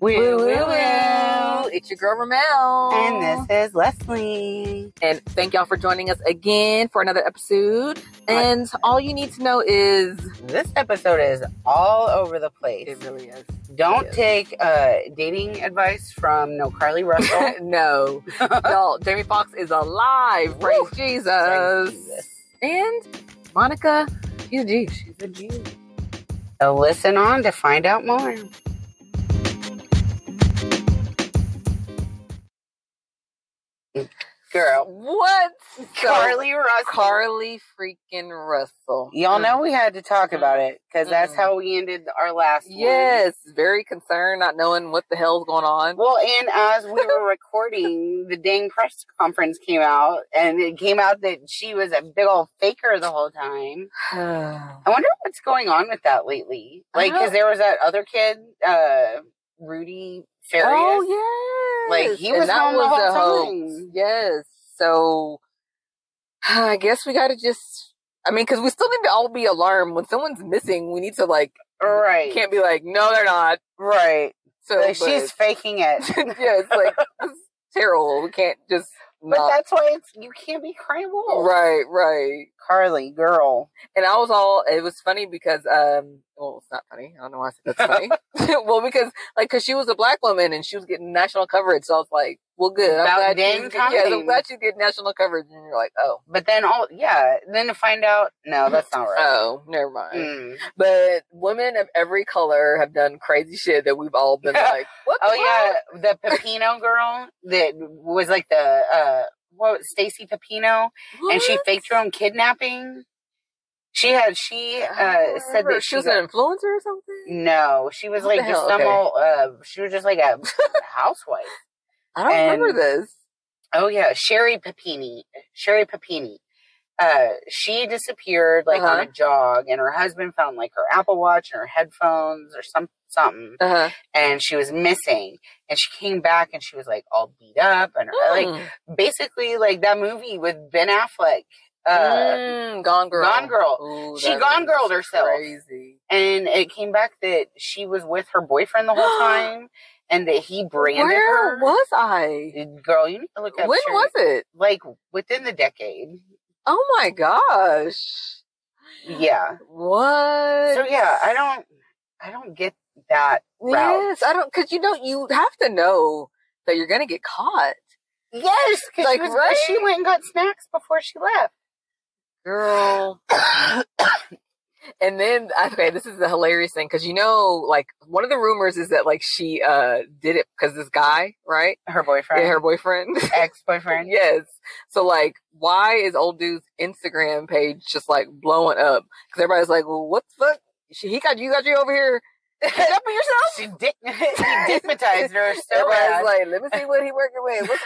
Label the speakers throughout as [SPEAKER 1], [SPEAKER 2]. [SPEAKER 1] We
[SPEAKER 2] Woo, woo,
[SPEAKER 1] will.
[SPEAKER 2] woo.
[SPEAKER 1] It's your girl Ramel.
[SPEAKER 2] And this is Leslie.
[SPEAKER 1] And thank y'all for joining us again for another episode. And all you need to know is
[SPEAKER 2] This episode is all over the place.
[SPEAKER 1] really is.
[SPEAKER 2] Don't
[SPEAKER 1] is.
[SPEAKER 2] take uh, dating advice from no Carly Russell.
[SPEAKER 1] no. no, Jamie Foxx is alive. Praise
[SPEAKER 2] Woo.
[SPEAKER 1] Jesus.
[SPEAKER 2] Jesus.
[SPEAKER 1] And Monica, she's a G. She's a G.
[SPEAKER 2] So listen on to find out more. Girl,
[SPEAKER 1] What? So,
[SPEAKER 2] Carly Russell.
[SPEAKER 1] Carly freaking Russell.
[SPEAKER 2] Y'all
[SPEAKER 1] Mm.
[SPEAKER 2] know we had to talk about it because that's
[SPEAKER 1] Mm.
[SPEAKER 2] how we ended our last one.
[SPEAKER 1] Yes, very concerned, not knowing what the hell's going on.
[SPEAKER 2] Well, and as we were recording, the dang press conference came out, and it came out that she was a big old faker the whole time. I wonder what's going on with that lately.
[SPEAKER 1] I
[SPEAKER 2] Like,
[SPEAKER 1] don't-
[SPEAKER 2] because there was that other kid, uh, Rudy Farias.
[SPEAKER 1] Oh yes,
[SPEAKER 2] Like, he
[SPEAKER 1] And
[SPEAKER 2] was
[SPEAKER 1] that
[SPEAKER 2] home the
[SPEAKER 1] was a
[SPEAKER 2] whole
[SPEAKER 1] hoax.
[SPEAKER 2] time.
[SPEAKER 1] Yes, so I guess we got to just. I mean, because we still need to all be alarmed when someone's missing. We need to like
[SPEAKER 2] Right.
[SPEAKER 1] can't be like, no, they're not.
[SPEAKER 2] right.
[SPEAKER 1] So
[SPEAKER 2] Like,
[SPEAKER 1] but-
[SPEAKER 2] she's faking it.
[SPEAKER 1] yeah, it's like this is terrible. We can't just
[SPEAKER 2] But
[SPEAKER 1] not.
[SPEAKER 2] that's why it's you can't be crying wolf.
[SPEAKER 1] right, right.
[SPEAKER 2] Carly, girl.
[SPEAKER 1] and I was all it was funny because um well it's not funny I don't know why I said that's funny well because like because she was a black woman and she was getting national coverage so I was like well good I'm
[SPEAKER 2] About
[SPEAKER 1] glad
[SPEAKER 2] damn
[SPEAKER 1] she's, yeah I'm
[SPEAKER 2] time.
[SPEAKER 1] glad you get national coverage and you're like oh
[SPEAKER 2] But then all yeah, then to find out no, that's not right.
[SPEAKER 1] oh never mind
[SPEAKER 2] Mm.
[SPEAKER 1] but women of every color have done crazy shit that we've all been like what the
[SPEAKER 2] Oh yeah, the Pepino girl that was like the uh what Stacy Pepino
[SPEAKER 1] fuck?
[SPEAKER 2] and she
[SPEAKER 1] What?
[SPEAKER 2] faked her own kidnapping. She had she
[SPEAKER 1] I don't
[SPEAKER 2] uh said
[SPEAKER 1] remember.
[SPEAKER 2] that
[SPEAKER 1] Oh, she was
[SPEAKER 2] got-
[SPEAKER 1] an influencer or something
[SPEAKER 2] no, she was
[SPEAKER 1] What
[SPEAKER 2] like
[SPEAKER 1] the
[SPEAKER 2] just
[SPEAKER 1] hell?
[SPEAKER 2] some
[SPEAKER 1] Okay.
[SPEAKER 2] old uh she was just like a housewife.
[SPEAKER 1] I don't
[SPEAKER 2] And-
[SPEAKER 1] remember this
[SPEAKER 2] Oh yeah, Sherry Papini. Sherry Papini. Uh, she disappeared like
[SPEAKER 1] Uh-huh.
[SPEAKER 2] on a jog, and her husband found like her Apple Watch and her headphones or some something,
[SPEAKER 1] uh-huh.
[SPEAKER 2] and she was missing. And she came back, and she was like all beat up, and uh, like
[SPEAKER 1] Mm.
[SPEAKER 2] basically like that movie with Ben Affleck. Uh,
[SPEAKER 1] Mm, gone girl
[SPEAKER 2] Gone Girl.
[SPEAKER 1] Ooh,
[SPEAKER 2] She
[SPEAKER 1] that
[SPEAKER 2] Gone
[SPEAKER 1] movie was
[SPEAKER 2] Girl'd herself.
[SPEAKER 1] crazy
[SPEAKER 2] And it came back that she was with her boyfriend the whole time, and that he branded
[SPEAKER 1] Where
[SPEAKER 2] her.
[SPEAKER 1] was I?
[SPEAKER 2] Girl, you need to look
[SPEAKER 1] When
[SPEAKER 2] up. Sherry-
[SPEAKER 1] was it?
[SPEAKER 2] Like within the decade.
[SPEAKER 1] Oh my gosh.
[SPEAKER 2] Yeah.
[SPEAKER 1] What?
[SPEAKER 2] So yeah, I don't I don't get that. route.
[SPEAKER 1] Yes, I don't cuz you know you have to know that you're going to get caught.
[SPEAKER 2] Yes, because
[SPEAKER 1] Like,
[SPEAKER 2] she, was-
[SPEAKER 1] right?
[SPEAKER 2] she went and got snacks before she left.
[SPEAKER 1] Girl. and then okay, this is the hilarious thing cuz you know like one of the rumors is that like she uh did it cuz this guy, right?
[SPEAKER 2] Her boyfriend,
[SPEAKER 1] Yeah, her boyfriend.
[SPEAKER 2] ex-boyfriend.
[SPEAKER 1] Yes. So like, why is old dude's Instagram page just like blowing up? Because everybody's like, well, what the fuck? She, he got you, got you over here. Head up on yourself.
[SPEAKER 2] She dick- he dignitized her so
[SPEAKER 1] everybody's
[SPEAKER 2] bad.
[SPEAKER 1] like, let me see what he working with. What's,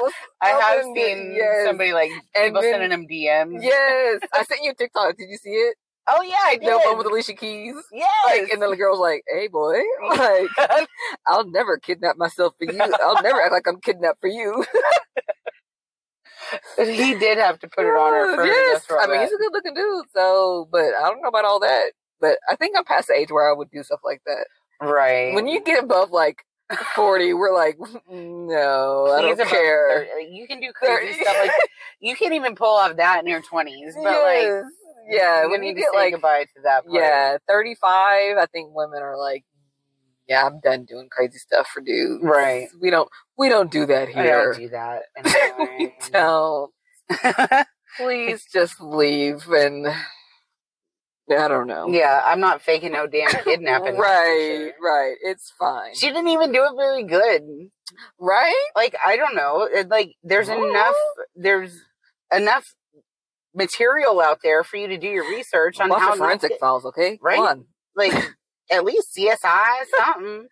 [SPEAKER 1] what's
[SPEAKER 2] I have
[SPEAKER 1] open?
[SPEAKER 2] seen
[SPEAKER 1] Yes.
[SPEAKER 2] somebody like
[SPEAKER 1] And
[SPEAKER 2] people
[SPEAKER 1] then-
[SPEAKER 2] sending him DMs.
[SPEAKER 1] Yes, I sent you a TikTok. Did you see it?
[SPEAKER 2] Oh yeah, I did.
[SPEAKER 1] That one with Alicia Keys.
[SPEAKER 2] yes.
[SPEAKER 1] Like, and then the girl's like, "Hey, boy, like, I'll never kidnap myself for you. I'll never act like I'm kidnapped for you."
[SPEAKER 2] he did have to put it on her. For
[SPEAKER 1] Yes,
[SPEAKER 2] just for
[SPEAKER 1] I mean
[SPEAKER 2] that.
[SPEAKER 1] he's a good looking dude, so but I don't know about all that. But I think I'm past the age where I would do stuff like that.
[SPEAKER 2] right.
[SPEAKER 1] When you get above like 40, we're like, "Mm, no, I
[SPEAKER 2] He's
[SPEAKER 1] don't
[SPEAKER 2] about
[SPEAKER 1] care.
[SPEAKER 2] 30. You can do crazy
[SPEAKER 1] Thirty.
[SPEAKER 2] stuff like you can't even pull off that in your twenties. But like,
[SPEAKER 1] Yes. yeah,
[SPEAKER 2] you
[SPEAKER 1] when
[SPEAKER 2] need
[SPEAKER 1] you
[SPEAKER 2] to
[SPEAKER 1] get
[SPEAKER 2] say
[SPEAKER 1] like,
[SPEAKER 2] goodbye to that. Part.
[SPEAKER 1] yeah, 35, I think women are like, yeah, I'm done doing crazy stuff for dudes.
[SPEAKER 2] Right.
[SPEAKER 1] We don't, we don't do that
[SPEAKER 2] I don't
[SPEAKER 1] here.
[SPEAKER 2] do that.
[SPEAKER 1] we
[SPEAKER 2] anymore.
[SPEAKER 1] don't. Please just leave and I don't know.
[SPEAKER 2] yeah, I'm not faking no damn kidnapping. that's for
[SPEAKER 1] Right,
[SPEAKER 2] sure.
[SPEAKER 1] right. It's fine.
[SPEAKER 2] She didn't even do it very good.
[SPEAKER 1] right?
[SPEAKER 2] Like I don't know. It, like there's
[SPEAKER 1] Well-
[SPEAKER 2] enough. There's enough material out there for you to do your research on
[SPEAKER 1] Lots
[SPEAKER 2] how
[SPEAKER 1] of forensic
[SPEAKER 2] not to-
[SPEAKER 1] files, okay?
[SPEAKER 2] Right?
[SPEAKER 1] One.
[SPEAKER 2] like at least CSI something.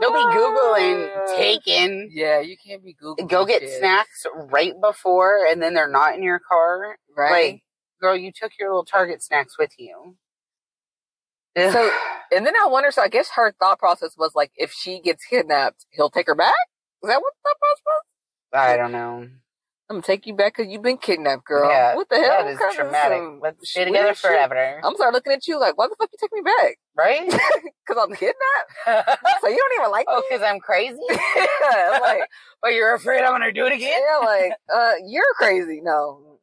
[SPEAKER 2] Don't be googling taken.
[SPEAKER 1] Yeah, you can't be Googling.
[SPEAKER 2] Go get
[SPEAKER 1] shit,
[SPEAKER 2] snacks right before, and then they're not in your car.
[SPEAKER 1] Right.
[SPEAKER 2] girl, you took your little Target snacks with you.
[SPEAKER 1] So- and then I wonder, so I guess her thought process was like, if she gets kidnapped, he'll take her back? Is that what the thought process was?
[SPEAKER 2] I don't know.
[SPEAKER 1] I'm gonna take you back because you've been kidnapped, girl.
[SPEAKER 2] Yeah,
[SPEAKER 1] what the hell?
[SPEAKER 2] That is
[SPEAKER 1] kind of
[SPEAKER 2] traumatic.
[SPEAKER 1] some
[SPEAKER 2] Let's stay
[SPEAKER 1] weird
[SPEAKER 2] together
[SPEAKER 1] shit?
[SPEAKER 2] forever.
[SPEAKER 1] I'm sorry looking at you like, why the fuck you take me back?
[SPEAKER 2] Right?
[SPEAKER 1] Because I'm kidnapped.
[SPEAKER 2] oh,
[SPEAKER 1] So you don't even like me.
[SPEAKER 2] because I'm crazy?
[SPEAKER 1] yeah, I'm like
[SPEAKER 2] But you're afraid I'm going to do it again?
[SPEAKER 1] yeah, like uh, you're crazy. No,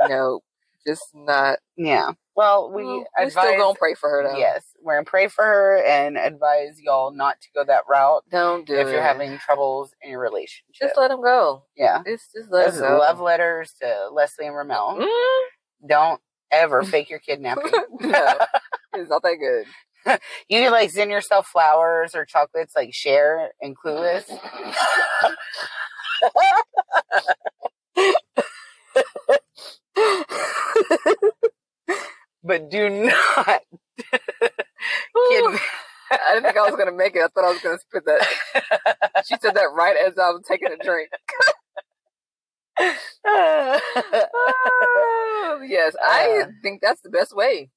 [SPEAKER 1] no, just not.
[SPEAKER 2] Yeah. Well, we
[SPEAKER 1] Well, we
[SPEAKER 2] advise.
[SPEAKER 1] still gonna pray for uh, her though.
[SPEAKER 2] Yes. We're going to pray for her and advise y'all not to go that route
[SPEAKER 1] don't do
[SPEAKER 2] if
[SPEAKER 1] it.
[SPEAKER 2] you're having troubles in your relationship.
[SPEAKER 1] just let him go.
[SPEAKER 2] yeah.
[SPEAKER 1] It's just let
[SPEAKER 2] Those
[SPEAKER 1] him
[SPEAKER 2] is
[SPEAKER 1] go.
[SPEAKER 2] love letters to Leslie and Ramel.
[SPEAKER 1] Mm,
[SPEAKER 2] Don't ever fake your kidnapping.
[SPEAKER 1] no, it's not that good.
[SPEAKER 2] You can like send yourself flowers or chocolates, like share and clueless. but do not
[SPEAKER 1] Ooh,
[SPEAKER 2] kidnap.
[SPEAKER 1] I didn't think I was gonna make it. I thought I was gonna spit that. She said that right as I was taking a drink. Oh, yes, I
[SPEAKER 2] Uh.
[SPEAKER 1] think that's the best way.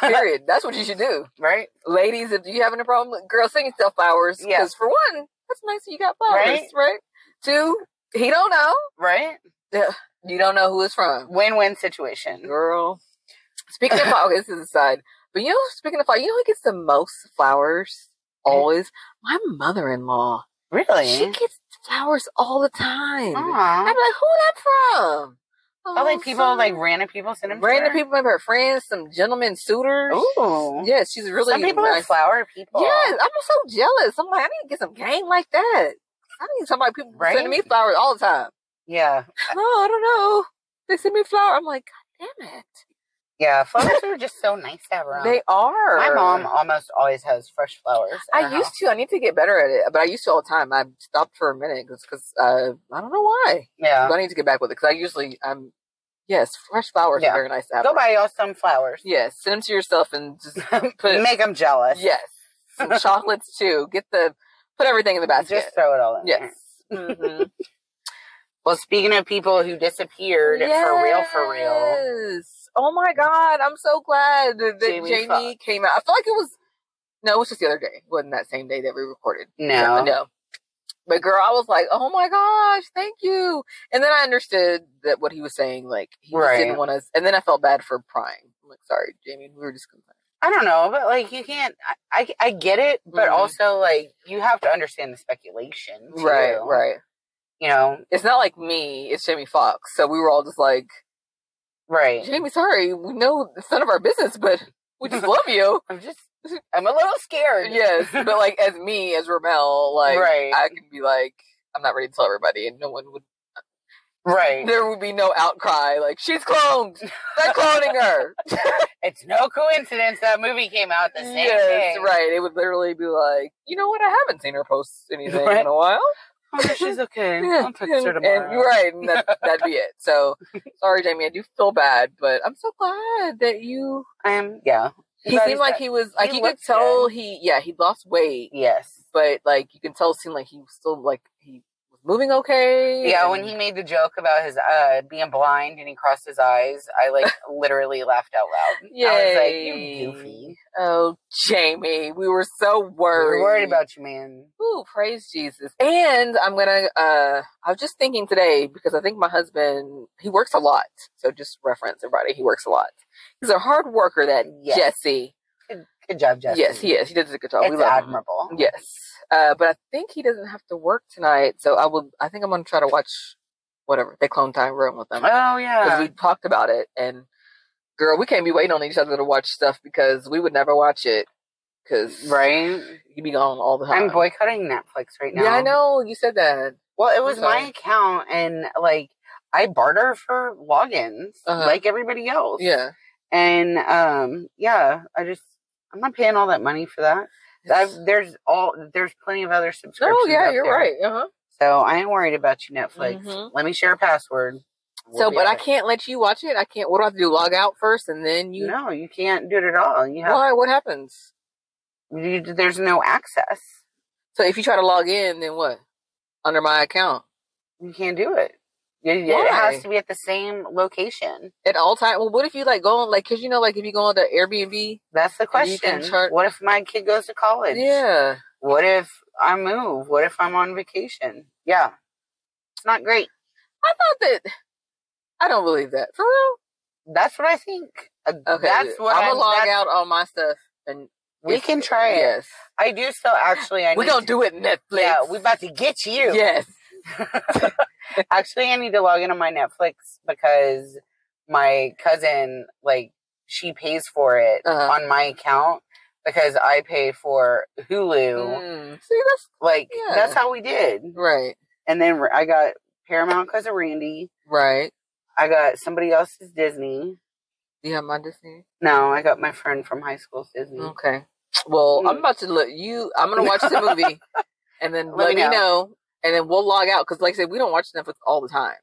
[SPEAKER 1] Period. that's what you should do.
[SPEAKER 2] right?
[SPEAKER 1] ladies, if you having a problem, girl, send yourself flowers.
[SPEAKER 2] Yeah.
[SPEAKER 1] Because for one, that's nice that you got flowers,
[SPEAKER 2] Right?
[SPEAKER 1] right? Two, he don't know.
[SPEAKER 2] Right?
[SPEAKER 1] You don't know who it's from,
[SPEAKER 2] Win win situation.
[SPEAKER 1] girl. Speaking of flowers, this is a side. But you know, speaking of flowers, you know who gets the most flowers? Always, my mother-in-law.
[SPEAKER 2] Really?
[SPEAKER 1] She gets flowers all the time. I'm
[SPEAKER 2] Oh, Aw.
[SPEAKER 1] like, who that from?
[SPEAKER 2] Oh, like people,
[SPEAKER 1] some
[SPEAKER 2] like random people send them. to
[SPEAKER 1] random
[SPEAKER 2] her?
[SPEAKER 1] people, maybe her friends, some gentlemen suitors.
[SPEAKER 2] Ooh.
[SPEAKER 1] Yes, she's really
[SPEAKER 2] Some people are oh.
[SPEAKER 1] nice.
[SPEAKER 2] flower people.
[SPEAKER 1] Yes, I'm so jealous. I'm like, I need to get some game like that. I need somebody people
[SPEAKER 2] Right? Uh
[SPEAKER 1] sending me flowers all the time.
[SPEAKER 2] Yeah.
[SPEAKER 1] No, I don't know. They send me flowers. I'm like, God damn it.
[SPEAKER 2] Yeah. Flowers are just so nice to have around.
[SPEAKER 1] They are.
[SPEAKER 2] My mom almost always has fresh flowers. in her
[SPEAKER 1] I used
[SPEAKER 2] house.
[SPEAKER 1] to. I need to get better at it, but I used to all the time. I stopped for a minute because uh, I don't know why.
[SPEAKER 2] Yeah.
[SPEAKER 1] But I need to get back with it because I usually I'm. Yes, fresh flowers
[SPEAKER 2] Yeah.
[SPEAKER 1] are very nice to have.
[SPEAKER 2] Go
[SPEAKER 1] around.
[SPEAKER 2] buy y'all some flowers.
[SPEAKER 1] Yes, send them to yourself and just put.
[SPEAKER 2] Make them jealous.
[SPEAKER 1] yes, some chocolates too. Get the put everything in the basket.
[SPEAKER 2] Just throw it all in there.
[SPEAKER 1] yes. Mhm.
[SPEAKER 2] Well, speaking of people who disappeared for real, for real.
[SPEAKER 1] Yes. Oh my god, I'm so glad that
[SPEAKER 2] Jamie
[SPEAKER 1] Jamie,
[SPEAKER 2] Foxx.
[SPEAKER 1] came out. I feel like it was no, it was just the other day. It wasn't that same day that we recorded.
[SPEAKER 2] No.
[SPEAKER 1] No. But girl, I was like, Oh my gosh, thank you. And then I understood that what he was saying, like he just
[SPEAKER 2] Right.
[SPEAKER 1] didn't want us and then I felt bad for prying. I'm like, sorry, Jamie, we were just complaining.
[SPEAKER 2] I don't know, but like you can't. I I, I get it, but
[SPEAKER 1] Mhm.
[SPEAKER 2] also like you have to understand the speculation, too.
[SPEAKER 1] Right, right.
[SPEAKER 2] You know,
[SPEAKER 1] It's not like me, it's Jamie Foxx. So we were all just like,
[SPEAKER 2] right.
[SPEAKER 1] Jamie, sorry, we know it's none of our business, but we just love you.
[SPEAKER 2] I'm just. I'm a little scared.
[SPEAKER 1] Yes, but like as me as Ramel, like
[SPEAKER 2] Right.
[SPEAKER 1] I can be like, I'm not ready to tell everybody, and no one would.
[SPEAKER 2] Right.
[SPEAKER 1] There would be no outcry. Like she's cloned. They're cloning her.
[SPEAKER 2] It's no coincidence that movie came out the same
[SPEAKER 1] yes,
[SPEAKER 2] day.
[SPEAKER 1] right. It would literally be like, you know what? I haven't seen her post anything
[SPEAKER 2] Right.
[SPEAKER 1] in a while.
[SPEAKER 2] Oh, she's okay. I'll text her
[SPEAKER 1] and, and-
[SPEAKER 2] tomorrow.
[SPEAKER 1] right, and that, that'd be it. So sorry, Jamie. I do feel bad, but I'm so glad that you.
[SPEAKER 2] I'm yeah.
[SPEAKER 1] He
[SPEAKER 2] Glad
[SPEAKER 1] seemed
[SPEAKER 2] he's
[SPEAKER 1] like
[SPEAKER 2] back.
[SPEAKER 1] he was like
[SPEAKER 2] He
[SPEAKER 1] you could
[SPEAKER 2] looks
[SPEAKER 1] tell
[SPEAKER 2] good.
[SPEAKER 1] he yeah he lost weight.
[SPEAKER 2] yes.
[SPEAKER 1] but like you can tell it seemed like he was still like he was moving okay.
[SPEAKER 2] Yeah,
[SPEAKER 1] and-
[SPEAKER 2] when he made the joke about his uh being blind and he crossed his eyes, I like literally laughed out loud. I was like,
[SPEAKER 1] Yay.
[SPEAKER 2] "You goofy!
[SPEAKER 1] Oh Jamie, we were so worried.
[SPEAKER 2] We're worried about you, man."
[SPEAKER 1] Ooh, praise Jesus. And I'm gonna uh I was just thinking today because I think my husband he works a lot. So just reference everybody, he works a lot. He's a hard worker that
[SPEAKER 2] Yes.
[SPEAKER 1] Jesse.
[SPEAKER 2] Good job, Justin.
[SPEAKER 1] Yes, he is. He does a good job.
[SPEAKER 2] It's
[SPEAKER 1] we love him.
[SPEAKER 2] admirable.
[SPEAKER 1] Yes. Uh, but I think he doesn't have to work tonight, so I will I think I'm gonna try to watch whatever. They clone time room with them.
[SPEAKER 2] Oh
[SPEAKER 1] because
[SPEAKER 2] yeah,
[SPEAKER 1] we talked about it and girl we can't be waiting on each other to watch stuff because we would never watch it because
[SPEAKER 2] right.
[SPEAKER 1] you'd be gone all the time
[SPEAKER 2] I'm boycotting Netflix right now.
[SPEAKER 1] Uh-huh. yeah i know you said that
[SPEAKER 2] Well, it was
[SPEAKER 1] I'm
[SPEAKER 2] my
[SPEAKER 1] sorry.
[SPEAKER 2] account, and like I barter for logins
[SPEAKER 1] Uh-huh.
[SPEAKER 2] like everybody else.
[SPEAKER 1] yeah
[SPEAKER 2] and um, yeah, I just I'm not paying all that money for that. I've, there's all there's plenty of other subscriptions.
[SPEAKER 1] no Oh, yeah
[SPEAKER 2] out
[SPEAKER 1] you're
[SPEAKER 2] there.
[SPEAKER 1] right uh-huh
[SPEAKER 2] So I ain't worried about you, Netflix.
[SPEAKER 1] Mhm.
[SPEAKER 2] Let me share a password. We'll
[SPEAKER 1] so
[SPEAKER 2] be
[SPEAKER 1] but i
[SPEAKER 2] alright.
[SPEAKER 1] can't let you watch it i can't what do i have to do log out first and then you
[SPEAKER 2] No, you can't do it at all. You have
[SPEAKER 1] why what happens
[SPEAKER 2] you, there's no access.
[SPEAKER 1] so if you try to log in then what under my account
[SPEAKER 2] You can't do it. It, it
[SPEAKER 1] Why?
[SPEAKER 2] has to be at the same location.
[SPEAKER 1] at all time well what if you like go on like because you know like if you go on the airbnb
[SPEAKER 2] That's the
[SPEAKER 1] And you can
[SPEAKER 2] question.
[SPEAKER 1] chart-
[SPEAKER 2] what if my kid goes to college?
[SPEAKER 1] yeah
[SPEAKER 2] What if I move? What if I'm on vacation? Yeah. It's not great.
[SPEAKER 1] I thought that. I don't believe that for real.
[SPEAKER 2] That's what I think. Uh,
[SPEAKER 1] Okay,
[SPEAKER 2] That's what
[SPEAKER 1] I'm
[SPEAKER 2] I'm,
[SPEAKER 1] gonna log
[SPEAKER 2] that's-
[SPEAKER 1] out on my stuff, and
[SPEAKER 2] We
[SPEAKER 1] if-
[SPEAKER 2] can try it.
[SPEAKER 1] Yes,
[SPEAKER 2] I do still actually. I
[SPEAKER 1] we
[SPEAKER 2] need
[SPEAKER 1] gonna
[SPEAKER 2] to-
[SPEAKER 1] do it, Netflix.
[SPEAKER 2] Yeah, we about to get you.
[SPEAKER 1] Yes.
[SPEAKER 2] Actually, I need to log into my Netflix because my cousin, like, she pays for it
[SPEAKER 1] Uh-huh.
[SPEAKER 2] on my account because I pay for Hulu.
[SPEAKER 1] Mm. See, that's
[SPEAKER 2] Like,
[SPEAKER 1] Yeah.
[SPEAKER 2] that's how we did.
[SPEAKER 1] right.
[SPEAKER 2] And then I got Paramount because of Randy.
[SPEAKER 1] Right.
[SPEAKER 2] I got somebody else's Disney.
[SPEAKER 1] You have my Disney.
[SPEAKER 2] No, I got my friend from high school's Disney.
[SPEAKER 1] Okay. Well, I'm
[SPEAKER 2] Mm.
[SPEAKER 1] about to look you. I'm gonna watch the movie, and then let,
[SPEAKER 2] Let me
[SPEAKER 1] me know. and then we'll log out because, like I said, we don't watch Netflix all the time,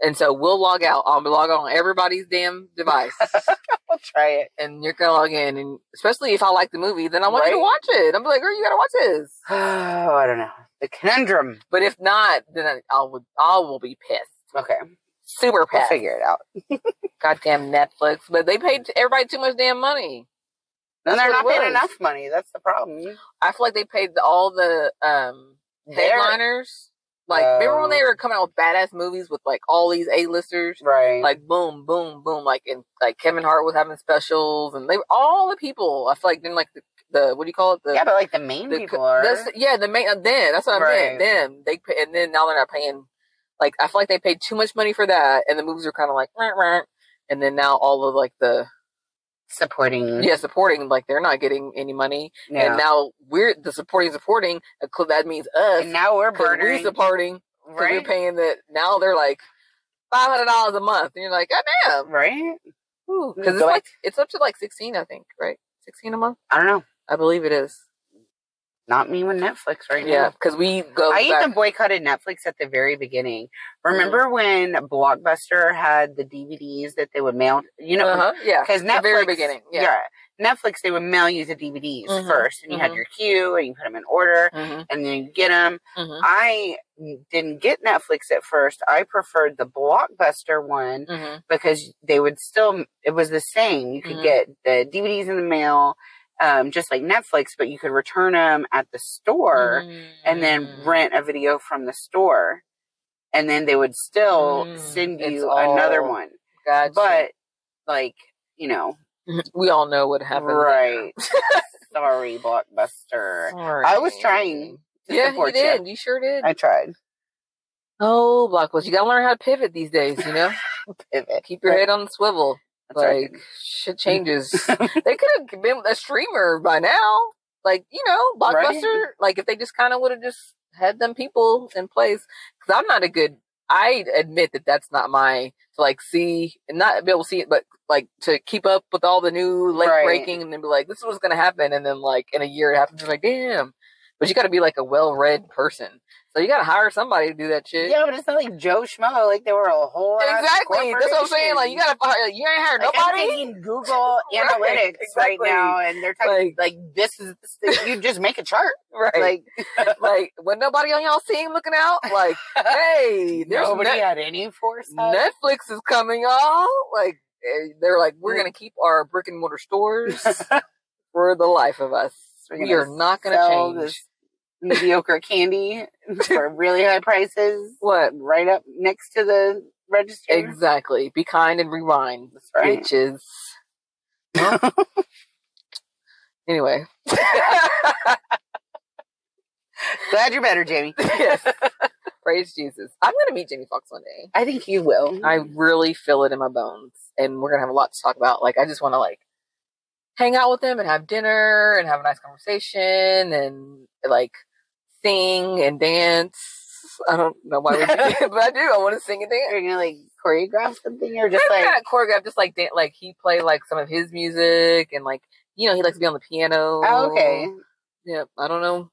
[SPEAKER 1] and so we'll log out. I'll log on everybody's damn device,
[SPEAKER 2] I'll try it.
[SPEAKER 1] and you're gonna log in, and especially if I like the movie, then I want you to
[SPEAKER 2] Right.
[SPEAKER 1] watch it. I'm like, girl, you gotta watch this.
[SPEAKER 2] Oh, I don't know. The conundrum.
[SPEAKER 1] But if not, then I, I will. I will be pissed.
[SPEAKER 2] Okay,
[SPEAKER 1] Super
[SPEAKER 2] we'll
[SPEAKER 1] pissed.
[SPEAKER 2] figure it out.
[SPEAKER 1] Goddamn Netflix, but they paid everybody too much damn money.
[SPEAKER 2] Then they're
[SPEAKER 1] what
[SPEAKER 2] not
[SPEAKER 1] it
[SPEAKER 2] paying
[SPEAKER 1] was.
[SPEAKER 2] enough money. That's the problem.
[SPEAKER 1] I feel like they paid all the um
[SPEAKER 2] They're-
[SPEAKER 1] headliners. Like, remember when they
[SPEAKER 2] Oh.
[SPEAKER 1] were coming out with badass movies with like all these A listers?
[SPEAKER 2] Right.
[SPEAKER 1] Like, boom, boom, boom. Like, and like Kevin Hart was having specials, and they were all the people. I feel like then like the, the what do you call it? The,
[SPEAKER 2] yeah, but like the main
[SPEAKER 1] the-
[SPEAKER 2] people are.
[SPEAKER 1] that's- yeah, the main. uh, Then that's what I'm saying.
[SPEAKER 2] Right.
[SPEAKER 1] Then they pay, and then now they're not paying. Like, I feel like they paid too much money for that, and the movies are kind of like, rah, rah. and then now all of like the
[SPEAKER 2] supporting.
[SPEAKER 1] yeah supporting like they're not getting any money.
[SPEAKER 2] Mm-hmm. Yeah.
[SPEAKER 1] And now we're the supporting supporting. uh, 'cause That means us.
[SPEAKER 2] And now we're
[SPEAKER 1] 'cause we're
[SPEAKER 2] bartering.
[SPEAKER 1] supporting. 'cause We're
[SPEAKER 2] right.
[SPEAKER 1] paying that. Now they're like five hundred dollars a month, and you're like, God damn.
[SPEAKER 2] Right.
[SPEAKER 1] Because it's
[SPEAKER 2] Go
[SPEAKER 1] like it's up to like sixteen, I think, right? Sixteen a month,
[SPEAKER 2] I don't know.
[SPEAKER 1] I believe it is.
[SPEAKER 2] Not me with Netflix right
[SPEAKER 1] Yeah,
[SPEAKER 2] now.
[SPEAKER 1] because we go.
[SPEAKER 2] I
[SPEAKER 1] back-
[SPEAKER 2] even boycotted Netflix at the very beginning.
[SPEAKER 1] Mm.
[SPEAKER 2] Remember when Blockbuster had the DVDs that they would mail? You know,
[SPEAKER 1] uh-huh, yeah,
[SPEAKER 2] because Netflix,
[SPEAKER 1] the very beginning, yeah.
[SPEAKER 2] Netflix, they would mail you the DVDs
[SPEAKER 1] Mhm,
[SPEAKER 2] first, and you had
[SPEAKER 1] mhm.
[SPEAKER 2] your queue, and you put them in order,
[SPEAKER 1] Mhm,
[SPEAKER 2] and then you get them.
[SPEAKER 1] mhm,
[SPEAKER 2] I didn't get Netflix at first. I preferred the Blockbuster one
[SPEAKER 1] mhm.
[SPEAKER 2] because they would still. It was the same. You could
[SPEAKER 1] Mhm.
[SPEAKER 2] get the DVDs in the mail, um, just like Netflix, but you could return them at the store and then
[SPEAKER 1] Mm. Mm-hmm.
[SPEAKER 2] rent a video from the store. And then they would still
[SPEAKER 1] Mm,
[SPEAKER 2] send
[SPEAKER 1] it's
[SPEAKER 2] you another
[SPEAKER 1] all-
[SPEAKER 2] one.
[SPEAKER 1] Gotcha.
[SPEAKER 2] But, like, you know,
[SPEAKER 1] we all know what happened.
[SPEAKER 2] Right. Sorry, Blockbuster.
[SPEAKER 1] Sorry.
[SPEAKER 2] I was trying to
[SPEAKER 1] Yeah, you
[SPEAKER 2] support
[SPEAKER 1] did. You sure did.
[SPEAKER 2] I tried.
[SPEAKER 1] oh, Blockbuster, you gotta learn how to pivot these days. You know,
[SPEAKER 2] Pivot.
[SPEAKER 1] keep your
[SPEAKER 2] Right.
[SPEAKER 1] head on the swivel.
[SPEAKER 2] That's
[SPEAKER 1] like
[SPEAKER 2] right. Mm.
[SPEAKER 1] shit changes. they could have been a streamer by now. Like you know, blockbuster. Like if they just kind of would have just had them people in place. Because I'm not a good. I admit that that's not my to like see and not be able to see it, but like to keep up with all the new late
[SPEAKER 2] Right.
[SPEAKER 1] breaking and then be like, this is what's gonna happen, and then like in a year it happens. You're like, damn. But you got to be like a well-read person, so you got to hire somebody to do that shit.
[SPEAKER 2] Yeah, but it's not like Joe Schmo. Like, they were a whole. ass
[SPEAKER 1] exactly. That's what I'm saying. Like you
[SPEAKER 2] corporation.
[SPEAKER 1] got to hire. You ain't hired
[SPEAKER 2] Like, I'm
[SPEAKER 1] nobody.
[SPEAKER 2] taking Google
[SPEAKER 1] Right,
[SPEAKER 2] Analytics right,
[SPEAKER 1] exactly.
[SPEAKER 2] now, and they're talking
[SPEAKER 1] Like-
[SPEAKER 2] like, this is you just make a chart.
[SPEAKER 1] Right.
[SPEAKER 2] Like
[SPEAKER 1] like when nobody on y'all team looking out, like, hey, there's
[SPEAKER 2] nobody
[SPEAKER 1] Net-
[SPEAKER 2] had any foresight.
[SPEAKER 1] Netflix is coming, y'all. Like eh, they're like, we're gonna keep our brick and mortar stores for the life of us.
[SPEAKER 2] We're
[SPEAKER 1] We
[SPEAKER 2] gonna
[SPEAKER 1] are not gonna
[SPEAKER 2] sell
[SPEAKER 1] change.
[SPEAKER 2] this mediocre candy for really high prices.
[SPEAKER 1] What
[SPEAKER 2] Right up next to the register.
[SPEAKER 1] exactly? Be kind and rewind,
[SPEAKER 2] That's right.
[SPEAKER 1] bitches. Well, anyway,
[SPEAKER 2] Glad you're better, Jamie.
[SPEAKER 1] yes. praise Jesus. I'm gonna meet Jamie Foxx one day.
[SPEAKER 2] I think you will.
[SPEAKER 1] I really feel it in my bones, and we're gonna have a lot to talk about. Like, I just want to like hang out with him and have dinner and have a nice conversation and like sing and dance. I don't know why we do that, but I do. I want to sing and dance.
[SPEAKER 2] You're gonna like choreograph something or just
[SPEAKER 1] Just
[SPEAKER 2] like
[SPEAKER 1] like choreograph, just like dan- like he play like some of his music and like you know he likes to be on the piano.
[SPEAKER 2] oh, okay.
[SPEAKER 1] Yeah, I don't know